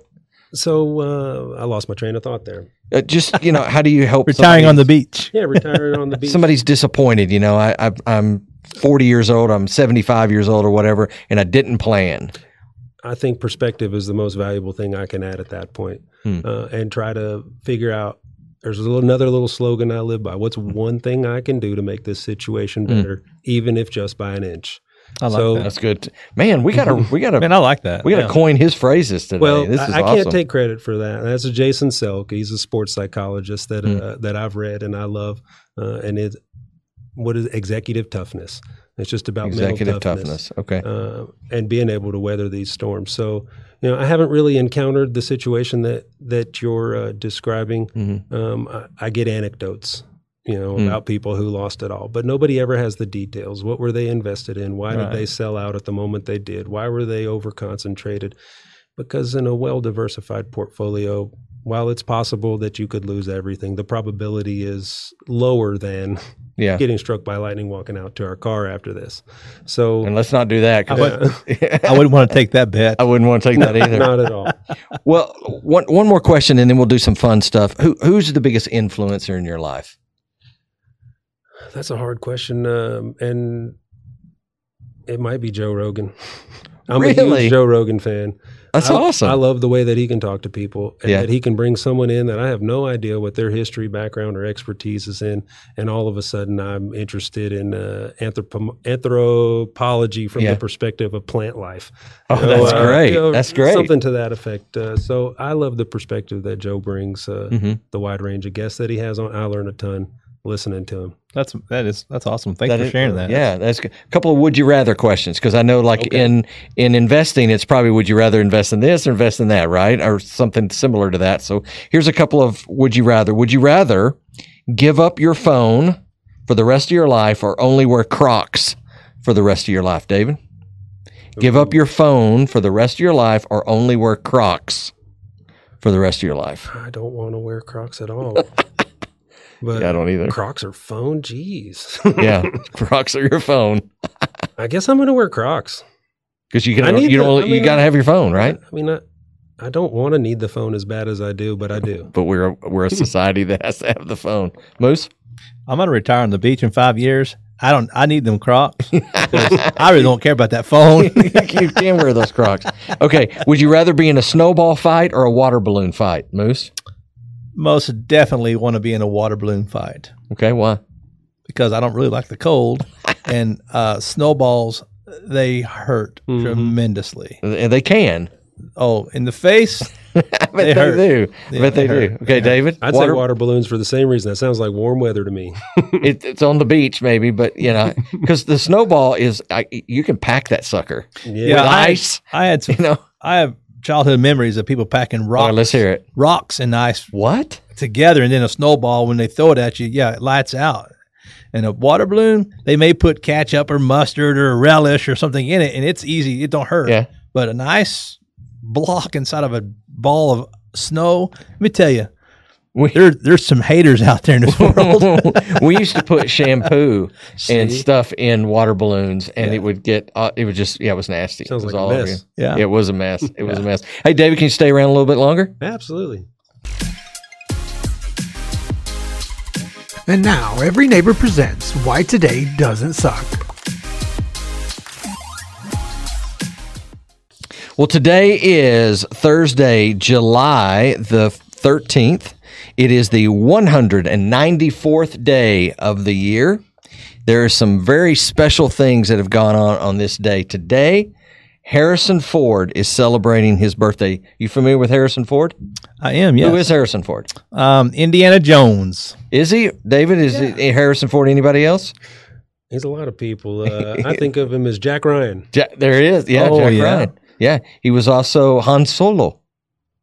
S4: so uh, I lost my train of thought there.
S2: Uh, just you know, how do you help
S3: Retiring
S2: somebody-
S3: on the beach.
S4: Yeah, retiring on the beach.
S2: somebody's disappointed? You know, I, I I'm 40 years old. I'm 75 years old or whatever, and I didn't plan.
S4: I think perspective is the most valuable thing I can add at that point,
S2: Hmm.
S4: uh, and try to figure out. There's a little, another little slogan I live by. What's one thing I can do to make this
S2: Hmm.
S4: situation better, even if just by an inch?
S3: I like
S4: So-
S3: that.
S2: That's good. Man, we gotta we gotta
S3: Man, I like that.
S2: we gotta
S3: Yeah.
S2: coin his phrases today.
S4: Well,
S2: this is
S4: I, I
S2: awesome.
S4: can't take credit for that. That's a Jason Selk. He's a sports psychologist that
S2: Hmm.
S4: uh, that I've read and I love. Uh, and it, what is executive toughness? It's just about mental
S2: executive toughness. Okay.
S4: uh, and being able to weather these storms. So, you know, I haven't really encountered the situation that that you're uh, describing. Um, I, I get anecdotes, you know, about people who lost it all, but nobody ever has the details. What were they invested in? Why did they sell out at the moment they did? Why were they over concentrated? Because in a well diversified portfolio, while it's possible that you could lose everything, the probability is lower than
S2: yeah.
S4: getting struck by lightning walking out to our car after this. So
S2: And let's not do that. 'cause
S3: I wouldn't want to take that bet.
S2: [laughs] I wouldn't want to take that either.
S4: Not at all.
S2: Well, one one more question, and then we'll do some fun stuff. Who who's the biggest influencer in your life?
S4: That's a hard question, um, and it might be Joe Rogan. I'm a
S2: Really?
S4: huge Joe Rogan fan.
S2: That's
S4: I-
S2: awesome.
S4: I love the way that he can talk to people and
S2: Yeah.
S4: that he can bring someone in that I have no idea what their history, background, or expertise is in, and all of a sudden I'm interested in uh, anthropo- anthropology from
S2: Yeah.
S4: the perspective of plant life. uh,
S2: Oh,
S4: You
S2: that's great. That's great.
S4: Something to that effect. Uh, so I love the perspective that Joe brings, uh,
S2: Mhm.
S4: the wide range of guests that he has on. I learn a ton listening to him.
S3: That's that is that's awesome. Thanks
S2: That
S3: for
S2: is-
S3: sharing that.
S2: Yeah, that's good. a couple of would you rather questions because I know like in in investing, it's probably would you rather invest in this or invest in that, right, or something similar to that. So here's a couple of would you rather. Would you rather give up your phone for the rest of your life or only wear Crocs for the rest of your life, David? Give up your phone for the rest of your life or only wear Crocs for the rest of your life.
S4: I don't want to wear Crocs
S2: [laughs]
S4: at all. But
S2: Yeah, I don't either.
S4: Crocs are phone. Jeez. [laughs]
S2: yeah, [laughs] Crocs are your phone
S4: I guess I'm going to wear Crocs.
S2: because you can
S4: I need
S2: you
S4: the-
S2: don't
S4: I
S2: you
S4: mean,
S2: got to
S4: I-
S2: have your phone, right?
S4: I mean, I, I don't want to need the phone as bad as I do, but I do.
S3: [laughs]
S2: but we're a, [laughs] we're a society that has to have the phone. Moose,
S3: I'm gonna retire on the beach in five years. I don't. I need
S2: [laughs]
S3: them Crocs. 'Cause I really don't care about that phone.
S2: you can wear those Crocs. Okay, would you rather be in a snowball fight or a water balloon fight, Moose?
S3: Most definitely want to be in a water balloon fight
S2: Okay, why?
S3: because I don't really like
S2: [laughs]
S3: the cold and uh, snowballs. They hurt
S2: Mm-hmm.
S3: tremendously.
S2: And they can. [laughs]
S3: Oh, in the face.
S2: I bet they,
S3: hurt.
S2: do. I bet they,
S3: they
S2: do. Okay, David.
S4: I'd say water balloons for the same reason. That sounds like warm weather
S3: [laughs]
S4: to me.
S2: It, it's on the beach, maybe, but you [laughs] know, because the snowball is, I, you can pack that sucker.
S4: Yeah.
S2: With
S3: I-
S2: ice.
S3: I had some,
S2: You know.
S3: I have childhood memories of people packing
S2: All
S3: rocks.
S2: right, let's hear it.
S3: Rocks and ice
S2: What?
S3: together, and then a snowball when they throw it at you. Yeah, it lights out. And a water balloon, they may put ketchup or mustard or relish or something in it, and it's easy. It don't hurt.
S2: Yeah.
S3: But an ice block inside of a ball of snow, let me tell you,
S2: We-
S3: there there's some haters out there
S2: [laughs]
S3: in this world. [laughs]
S2: we used to
S4: [laughs]
S2: put shampoo and
S3: See?
S2: stuff in water balloons, and it would get uh, it would just yeah, it was nasty.
S4: Sounds
S2: it was
S4: like a
S2: over
S4: mess.
S2: you.
S3: Yeah.
S2: it was a mess. It was a mess. Hey, David, can you stay around a little bit longer?
S4: Absolutely.
S1: And now, Every Neighbor presents Why Today Doesn't Suck.
S2: Well, today is Thursday, July the thirteenth. It is the one hundred and ninety fourth day of the year. There are some very special things that have gone on on this day today. Harrison Ford is celebrating his birthday. You familiar with Harrison Ford?
S3: I am,
S2: Who
S3: yes.
S2: is Harrison Ford?
S3: Um, Indiana Jones.
S2: Is he David? Is it Harrison Ford? Anybody else?
S4: He's a lot of people.
S3: [laughs]
S4: Uh, I think of him as Jack Ryan,
S2: Ja- there he is. Yeah,
S3: Oh,
S2: Jack
S3: yeah.
S2: Ryan. Yeah, he was also Han Solo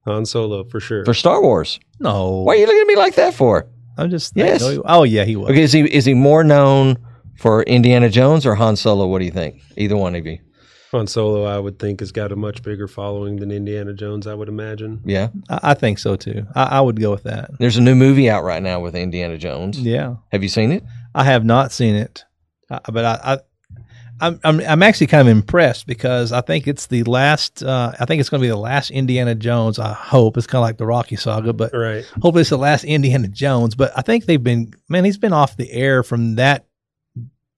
S4: Han Solo, for sure.
S2: for Star Wars.
S3: No.
S2: Why are you looking at me like that for?
S3: I'm just
S2: Yes.
S3: I know he- oh yeah, he was.
S2: Okay, is he is he more known for Indiana Jones or Han Solo? What do you think? Either one of you.
S4: Han Solo, I would think, has got a much bigger following than Indiana Jones. I would imagine.
S2: Yeah.
S3: I, I think so too. I, I would go with that.
S2: There's a new movie out right now with Indiana Jones.
S3: Yeah.
S2: Have you seen it?
S3: I have not seen it, uh, but I, I I'm, I'm I'm actually kind of impressed because I think it's the last. Uh, I think it's going to be the last Indiana Jones. I hope it's kind of like the Rocky saga, but
S4: Right.
S3: hopefully it's the last Indiana Jones. But I think they've been man, he's been off the air from that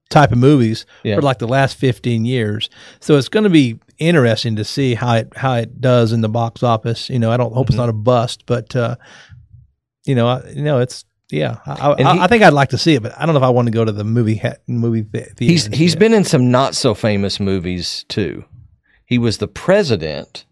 S3: type of movies
S2: Yeah.
S3: for like the last fifteen years. So it's going to be interesting to see how it how it does in the box office. You know, I don't hope
S2: Mm-hmm.
S3: it's not a bust, but uh, you know, I, you know, it's yeah. I,
S2: And
S3: I,
S2: he-
S3: I think I'd like to see it, but I don't know if I want to go to the movie ha- movie the- theater.
S2: He's
S3: and
S2: he's
S3: see it.
S2: been in some not so famous movies too. He was the president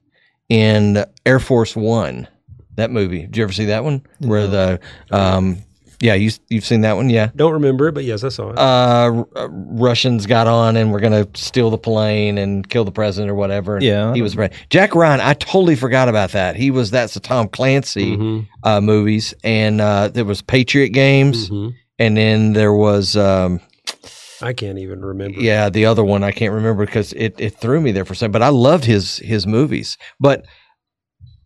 S2: in Air Force One. That movie. Did you ever see that one? Where the um yeah, you you've seen that one, yeah.
S4: Don't remember it, but yes, I saw it.
S2: Uh, R- uh, Russians got on and we're gonna steal the plane and kill the president or whatever. And
S3: Yeah.
S2: he was right. Jack Ryan. I totally forgot about that. He was that's the Tom Clancy
S3: Mm-hmm.
S4: Mm-hmm.
S2: uh, movies, and uh, there was Patriot Games,
S3: Mm-hmm.
S2: and then there was um,
S4: Mm-hmm. I can't even remember.
S2: yeah, the other one I can't remember because it, it threw me there for a second. But I loved his his movies. But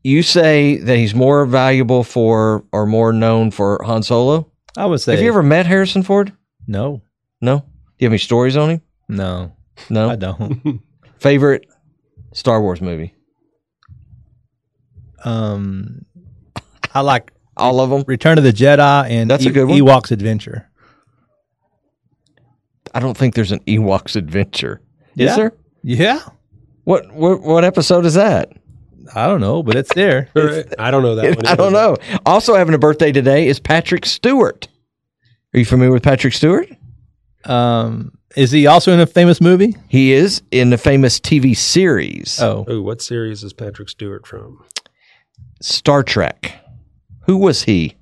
S2: you say that he's more valuable for or more known for Han Solo.
S3: I would say.
S2: Have you ever met Harrison Ford?
S3: No,
S2: No. Do you have any stories on him?
S3: no, I
S2: No.
S3: don't.
S2: Favorite Star Wars movie?
S3: [laughs] um, I like
S2: All of them.
S3: Return of the Jedi and E,
S2: That's a good one.
S3: Ewok's Adventure.
S2: I don't think there's an Ewoks adventure.
S3: Yeah.
S2: Is there?
S3: Yeah,
S2: What what what episode is that?
S3: I don't know, but it's there.
S4: All right. I
S3: [laughs]
S4: don't know that
S2: [laughs]
S4: one.
S2: I don't
S4: either.
S2: know. Also having a birthday today is Patrick Stewart. Are you familiar with Patrick Stewart?
S3: Um, is he also in a famous movie?
S2: He is in the famous TV series
S3: Oh,
S4: Ooh, what series is Patrick Stewart from?
S2: Star Trek. Who was he?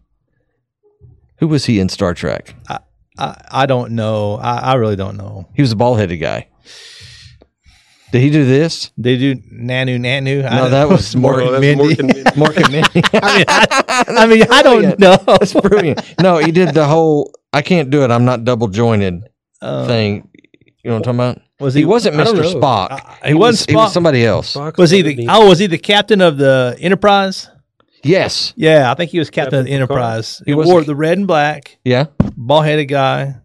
S2: Who was he in Star Trek?
S3: I, I don't know. I, I really don't know.
S2: He was a bald headed guy. Did he do
S3: [laughs]
S2: this?
S3: They do Nanu Nanu. I
S2: No,
S3: don't
S2: that
S3: know. [laughs]
S2: was Morgan
S4: Oh, that's
S3: Mindy. [laughs]
S4: Morgan Mindy.
S2: Mark and [laughs] Mindy.
S3: I mean, I, I, mean, I don't know.
S2: That's brilliant. No, he did the whole I can't do it, I'm not double jointed
S3: Uh,
S2: thing. You know what I'm talking about?
S3: Was
S2: He,
S3: he?
S2: wasn't
S4: I don't
S2: Mr.
S4: know.
S2: Spock.
S3: he wasn't
S2: He was
S3: Spock.
S2: somebody else.
S3: [laughs]
S4: Fox
S3: Was he
S4: Mindy.
S3: the? Oh, was he the captain of the Enterprise?
S2: Yes.
S3: Yeah, I think he was captain of the
S4: Captain Picard.
S3: Enterprise. He,
S2: He was
S3: wore
S2: the-
S3: the red and black,
S2: Yeah.
S3: bald headed guy.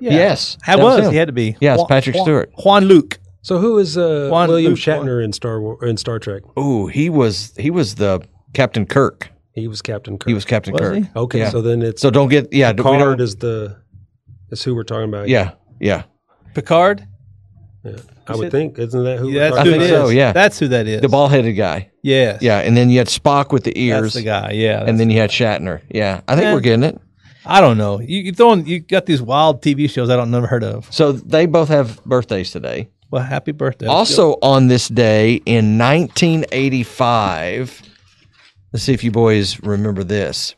S3: Yeah.
S2: Yes.
S3: That
S2: That was
S3: was.
S2: him.
S3: he had to be.
S2: Yeah, it's
S3: Juan-
S2: Patrick
S3: Juan-
S2: Stewart.
S3: Juan Luke.
S4: So who is uh,
S3: Juan
S4: William
S3: Luke
S4: Shatner in Star War in Star Trek?
S2: Ooh, he was he was the Captain Kirk.
S4: He was Captain Kirk.
S2: He was Captain
S3: Was
S2: Kirk.
S3: he?
S4: okay.
S2: yeah.
S4: So then it's
S2: So don't get yeah. we
S4: Picard
S2: don't-
S4: is the is who we're talking about.
S2: yeah, yeah.
S3: Picard?
S4: I
S3: Is
S4: would
S3: it-
S4: think isn't that who?
S3: Yeah, that's
S4: we're
S2: I
S3: who it
S4: talking
S2: think
S3: is.
S4: about?
S2: so, yeah.
S3: That's who that is.
S2: The bald-headed guy.
S3: Yes.
S2: Yeah, and then you had Spock with the
S3: That's
S2: ears,
S3: the guy. Yeah.
S2: and then you had Shatner. Yeah, I think
S3: Yeah.
S2: we're getting it.
S3: I don't know. You, you throwing you got these wild TV shows I don't never heard of.
S2: So they both have birthdays today.
S3: Well, happy birthday.
S2: Also on this day in 1985, let's see if you boys remember this.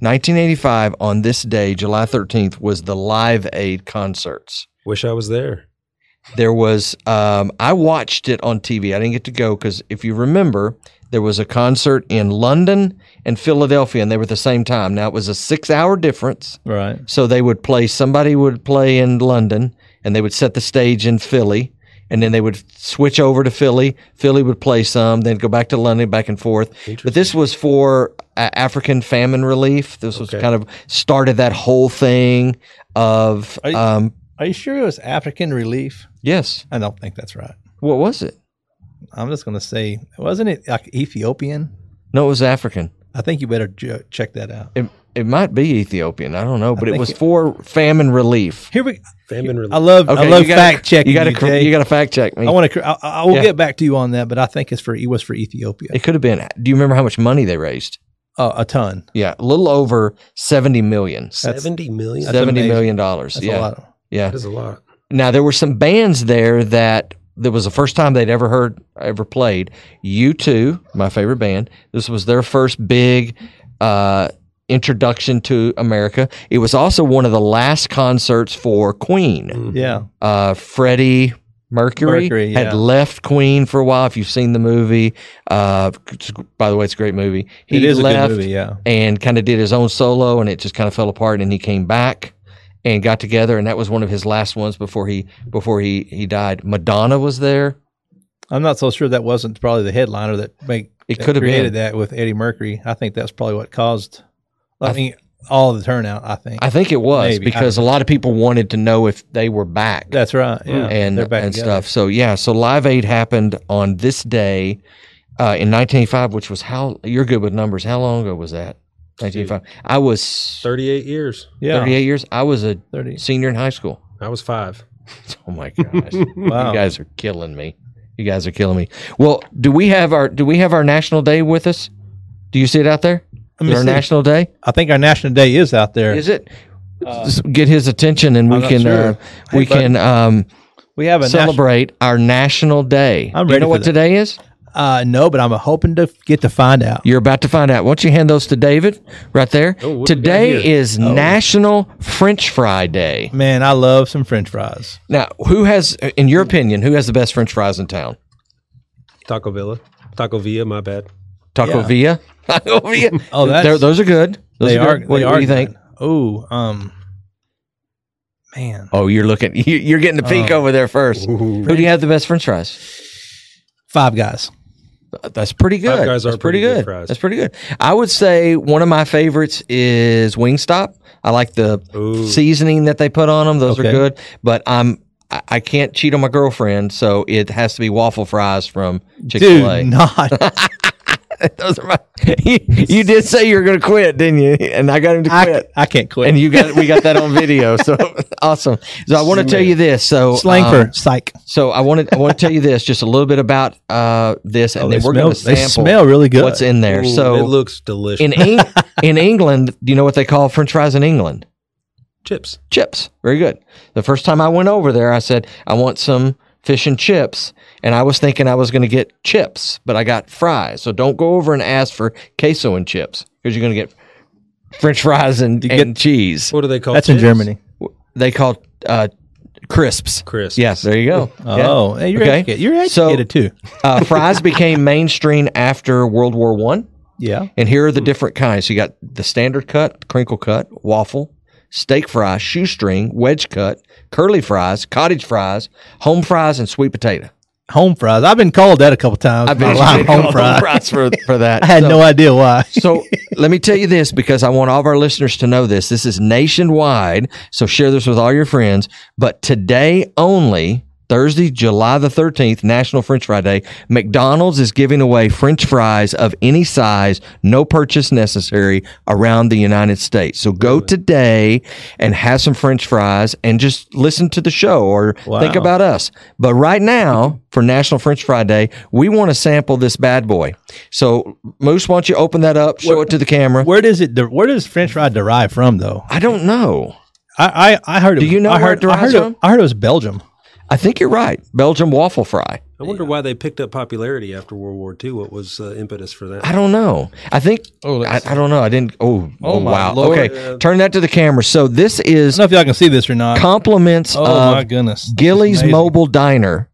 S2: 1985 on this day, July 13th, was the Live Aid concerts.
S4: Wish I was there.
S2: there was um, i watched it on tv i didn't get to go because if you remember there was a concert in london and philadelphia and they were at the same time now it was a six hour difference
S3: Right.
S2: so they would play somebody would play in london and they would set the stage in philly and then they would switch over to philly philly would play some then go back to london back and forth but this was for uh, african famine relief this was kind of started that whole thing of
S3: Are you-
S2: um,
S3: Are you sure it was African Relief?
S2: yes
S3: I don't think that's right.
S2: what was it
S3: I'm just gonna say, wasn't it like Ethiopian?
S2: no it was african
S3: I think you better ju- check that out.
S2: It, it might be Ethiopian. I don't know, but it
S3: think
S2: was
S3: it-
S2: for famine relief.
S3: Here we.
S4: Famine relief.
S3: I love. I love
S2: you gotta-
S3: fact checking.
S2: You got to
S3: Jay.
S2: you got to fact check me.
S3: I want to. I, I will
S2: Yeah.
S3: get back to you on that, but I think it's for it was for Ethiopia.
S2: it could have been. Do you remember how much money they raised?
S3: Uh, a ton.
S2: Yeah, a little over seventy million.
S4: Seventy million.
S3: that's-
S2: Seventy
S3: amazing.
S2: million dollars.
S3: That's
S2: yeah,
S3: a lot.
S2: yeah.
S4: That is a lot.
S2: Now there were some bands there that that was the first time they'd ever heard ever played. U two, my favorite band. This was their first big uh, introduction to America. It was also one of the last concerts for Queen.
S3: Yeah.
S2: uh, Freddie Mercury,
S3: Mercury,
S2: had
S3: yeah.
S2: left Queen for a while. If you've seen the movie, uh, it's- by the way, it's a great movie. He
S3: it is
S2: left
S3: a good movie. Yeah.
S2: and kind of did his own solo, and it just kind of fell apart. And he came back, and got together, and that was one of his last ones before he before he he died. Madonna was there.
S3: I'm not so sure that wasn't probably the headliner that make
S2: It
S3: that
S2: could have been.
S3: created that with Eddie Mercury. I think that's probably what caused. I,
S2: I
S3: mean, all the turnout. I think
S2: I think it was
S3: Maybe.
S2: because a lot of people wanted to know if they were back.
S3: that's right. Yeah, [laughs]
S2: and
S3: They're back
S2: and
S3: together.
S2: stuff. So yeah, so Live Aid happened on this day uh, in 1985, which was how you're good with numbers. How long ago was that? 1985. I was
S4: 38 years.
S3: Yeah,
S2: 38 years. I was a
S3: 30.
S2: senior in high school. [laughs]
S4: I was five.
S2: Oh my
S3: [laughs]
S2: gosh, you
S3: Wow.
S2: guys are killing me. You guys are killing me. Well, do we have our do we have our national day with us? Do you see it out there?
S3: Let me
S2: Our
S3: see.
S2: national day
S3: I think our national day is out there.
S2: is it? S- Get his attention, and we
S3: Uh, not
S2: can
S3: sure.
S2: uh, we
S3: bud.
S2: can um,
S3: we have a national.
S2: celebrate our national day.
S3: I'm
S2: do you
S3: ready
S2: know
S3: for
S2: what
S3: that.
S2: today is?
S3: Uh, no, but I'm hoping to get to find out.
S2: You're about to find out. Why don't you hand those to David right there?
S3: Oh,
S4: what do we got
S2: Today
S4: here?
S2: is National French Fry Day.
S3: Man, I love some French fries.
S2: Now, who has, in your opinion, who has the best French fries in town?
S4: Taco Villa. Taco Villa, my bad.
S2: Taco
S3: Yeah.
S2: Villa? [laughs]
S3: [laughs]
S2: Taco Villa.
S3: Oh, that's-
S2: They're- those are good. Those
S3: They
S2: are.
S3: are.
S2: Good. What,
S3: They
S2: what
S3: are
S2: do you think?
S3: Oh, um, man,
S2: Oh, you're looking. [laughs] you- You're getting the
S3: Oh.
S2: peek over there first. Who do you have the best French fries?
S3: Five Guys.
S2: That's pretty good.
S4: Guys
S2: That's
S4: are pretty good fries.
S2: That's pretty good. I would say one of my favorites is Wingstop. I like the seasoning that they put on them. Those are
S3: Okay.
S2: good. But I'm I I can't cheat on my girlfriend, so it has to be waffle fries from Chick
S3: Dude,
S2: Fil [laughs] A.
S3: [laughs] not
S2: Those are my. you, you did say you were going to quit, didn't you? And I got him to
S3: I,
S2: quit.
S3: I can't quit.
S2: and you got we got that on video. So awesome. So I want to tell you this. So
S3: slang
S2: um,
S3: for psych.
S2: so I want to I want to tell you this just a little bit about uh, this, and
S3: Oh,
S2: then
S3: they
S2: we're going to
S3: smell-
S2: sample.
S3: they smell really good.
S2: What's in there?
S4: Ooh,
S2: so
S4: it looks delicious.
S2: in Eng- in England, do you know what they call French fries in England?
S4: Chips.
S2: Chips. Very good. The first time I went over there, I said I want some fish and chips, and I was thinking I was going to get chips, but I got fries. So don't go over and ask for queso and chips because you're going to get French fries and, and cheese.
S4: What do they call
S3: That's in
S4: chips?
S3: Germany.
S2: They call uh, crisps.
S4: Crisps.
S2: Yes, there you go. Yeah.
S3: Oh, hey, you're
S2: Okay.
S3: educated. You're
S2: So-
S3: educated too.
S2: uh, fries became mainstream after World War One,
S3: Yeah.
S2: and here are the different kinds. You got the standard cut, crinkle cut, waffle, steak fry, shoestring, wedge cut, curly fries, cottage fries, home fries, and sweet potato.
S3: Home fries. I've been called that a couple times. I've been
S2: They call
S3: home
S2: them
S3: fries.
S2: for, for [laughs] that.
S3: I had
S2: So-
S3: no idea why. [laughs]
S2: so let me tell you this because I want all of our listeners to know this. This is nationwide. So share this with all your friends. But today only, Thursday, July the 13th, National French Fry Day, McDonald's is giving away French fries of any size, no purchase necessary around the United States. So go today and have some French fries and just listen to the show or think
S3: Wow.
S2: about us. But right
S3: [laughs]
S2: now, for National French Fry Day, we want to sample this bad boy. So, Moose, why don't you open that up, show it to the camera?
S3: Where does it? de- Where does French fry derive from, though?
S2: I don't know.
S3: I I, I heard. it
S2: Do
S3: was-
S2: you know
S3: I
S2: where
S3: heard,
S2: it derives
S3: I heard
S2: from?
S3: I heard it was Belgium.
S2: I think you're right. Belgium waffle fry.
S4: I wonder why they picked up popularity after World War II. What was uh, impetus for that?
S2: I don't know. I think. Oh, I, I don't know. I didn't. Oh, oh,
S3: my
S2: wow.
S3: Lord.
S2: Okay, turn that to the camera. So this
S3: I
S2: is
S3: don't know if y'all can see this or not.
S2: compliments
S3: oh
S2: of
S3: my goodness, This is
S2: Gilly's
S3: amazing.
S2: Mobile Diner,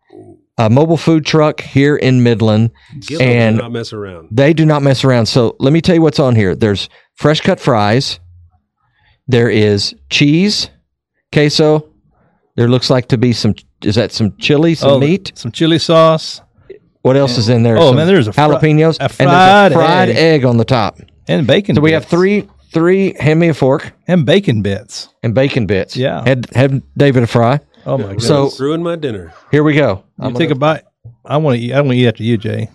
S2: a mobile food truck here in Midland,
S4: Gillies
S2: and
S4: do not mess around.
S2: They do not mess around. So let me tell you what's on here. There's fresh cut fries. There is cheese, queso. There looks like to be some. Is that some chili, some
S3: Oh,
S2: meat?
S3: some chili sauce,
S2: What else is in there?
S3: Oh,
S2: Some
S3: man, there's a fri-
S2: jalapenos
S3: a
S2: and there's
S3: fried
S2: a fried egg.
S3: egg.
S2: on the top.
S3: and bacon.
S2: So we have
S3: bits.
S2: three, three. Hand me a fork
S3: and bacon bits.
S2: and bacon bits.
S3: Yeah.
S2: Had had David a fry.
S3: Oh my goodness.
S2: So-
S4: ruined my dinner.
S2: Here we go.
S3: You take a bite. I want to eat. I want to eat after you, Jay.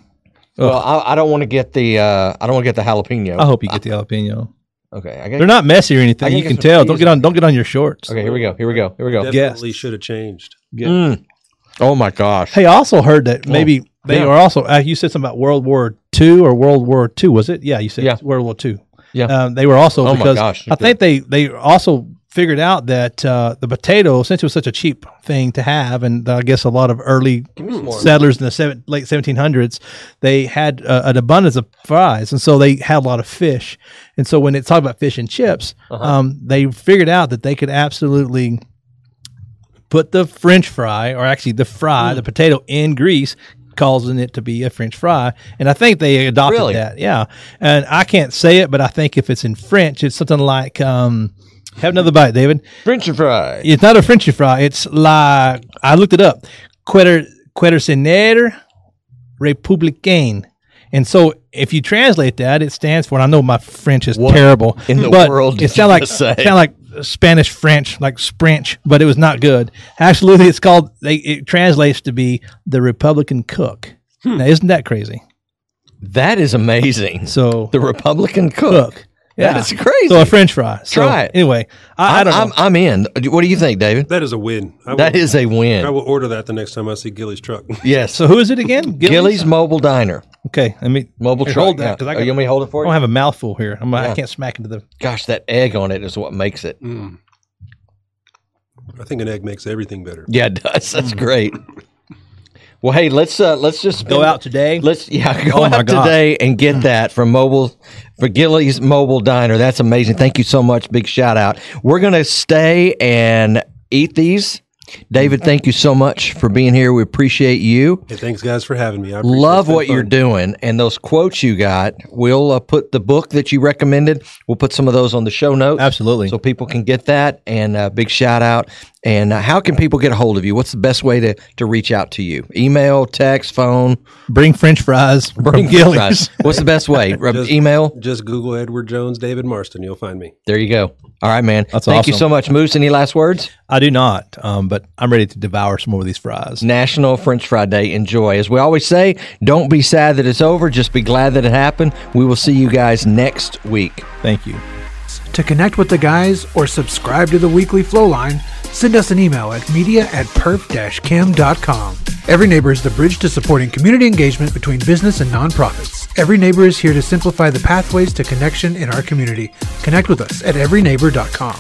S2: Well, I, I don't want to get the. Uh, I don't want to get the jalapeno.
S3: I hope you get the jalapeno.
S2: Okay. I got,
S3: Oh. They're not messy or
S2: I
S3: anything.
S2: can
S3: You
S2: get
S3: can
S2: some
S3: tell. Don't
S2: cheese.
S3: get on. Don't get on your shorts.
S2: okay. Here we go. Here we go. Here we go.
S4: Definitely should have changed.
S2: Mm. Oh my gosh.
S3: Hey, I also heard that maybe they
S2: Oh, yeah.
S3: are also. Uh, you said something about World War Two or World War Two, was it? Yeah, you said
S2: Yeah.
S3: World War Two.
S2: Yeah.
S3: um, they were also
S2: Oh my
S3: because
S2: gosh,
S3: I think they they also figured out that uh, the potato, since it was such a cheap thing to have, and I guess a lot of early settlers in the seven, late 1700s, they had uh, an abundance of fries, and so they had a lot of fish. And so when it's talking about fish and chips,
S2: Uh-huh.
S3: um, they figured out that they could absolutely put the french fry or actually the fry the potato in grease causing it to be a french fry and i think they adopted
S2: Really?
S3: that yeah and i can't say it but i think if it's in french it's something like um Have another bite, David.
S2: French fry.
S3: It's not a Frenchy fry. It's la. I looked it up. Queter Quetercener Republicain. And so, if you translate that, it stands for. And I know my French is
S2: What
S3: terrible
S2: in the
S3: but
S2: world did
S3: It sounded
S2: you
S3: like
S2: just say?
S3: sound like Spanish French, like Sprench, but it was not good. Absolutely, it's called. They, it translates to be the Republican cook.
S2: Hmm.
S3: Now, isn't that crazy?
S2: That is amazing.
S3: So
S2: The Republican cook.
S3: cook.
S2: That is crazy.
S3: So a French fry. So
S2: Try it.
S3: Anyway, I, I
S2: I'm,
S3: don't know.
S2: I'm, I'm in. What do you think, David?
S4: That is a win. I
S2: That
S4: will,
S2: is a
S4: I
S2: win.
S4: will order that the next time I see Gilly's truck. [laughs]
S2: Yes.
S3: so who is it again?
S2: Gilly's Mobile Diner.
S3: Okay, let me.
S2: Mobile
S3: Here,
S2: truck.
S3: hold that,
S2: Yeah.
S3: 'cause I
S2: Oh,
S3: got-
S2: you want me to hold it
S3: I
S2: for you?
S3: don't have a mouthful here. I'm, I
S2: Yeah.
S3: can't smack into the.
S2: Gosh, that egg on it is what makes it.
S4: Mm. I think an egg makes everything better.
S2: Yeah, it does.
S3: Mm.
S2: That's great. Well, hey, let's uh let's just
S3: Go out today.
S2: Let's yeah, [laughs] go
S3: Oh, my
S2: out
S3: God.
S2: today and get that from mobile for Gilly's Mobile Diner. That's amazing. Thank you so much. Big shout out. We're gonna stay and eat these. David, thank you so much for being here. We appreciate you.
S4: Hey, thanks guys for having me. I appreciate it. It's
S2: Love
S4: been
S2: what you're
S4: fun.
S2: doing and those quotes you got. We'll uh, put the book that you recommended. We'll put some of those on the show notes.
S3: Absolutely.
S2: So people can get that. And uh, big shout out. And uh, how can people get a hold of you? What's the best way to, to reach out to you? Email, text, phone,
S3: Bring French fries. Bring [laughs] Gillies.
S2: Right. What's the best way? Rub-
S4: Just-
S2: Email.
S4: Just Google Edward Jones, David Marston. You'll find me.
S2: There you go. All right, man.
S3: That's
S2: Thank you
S3: awesome.
S2: so much, Moose. Any last words?
S3: I do not, um, but I'm ready to devour some more of these fries.
S2: National French Fry Day. Enjoy. As we always say, don't be sad that it's over. Just be glad that it happened. We will see you guys next week.
S3: Thank you.
S1: To connect with the guys or subscribe to the weekly flowline, send us an email at media at perf-cam.com. Every Neighbor is the bridge to supporting community engagement between business and nonprofits. Every Neighbor is here to simplify the pathways to connection in our community. Connect with us at everyneighbor.com.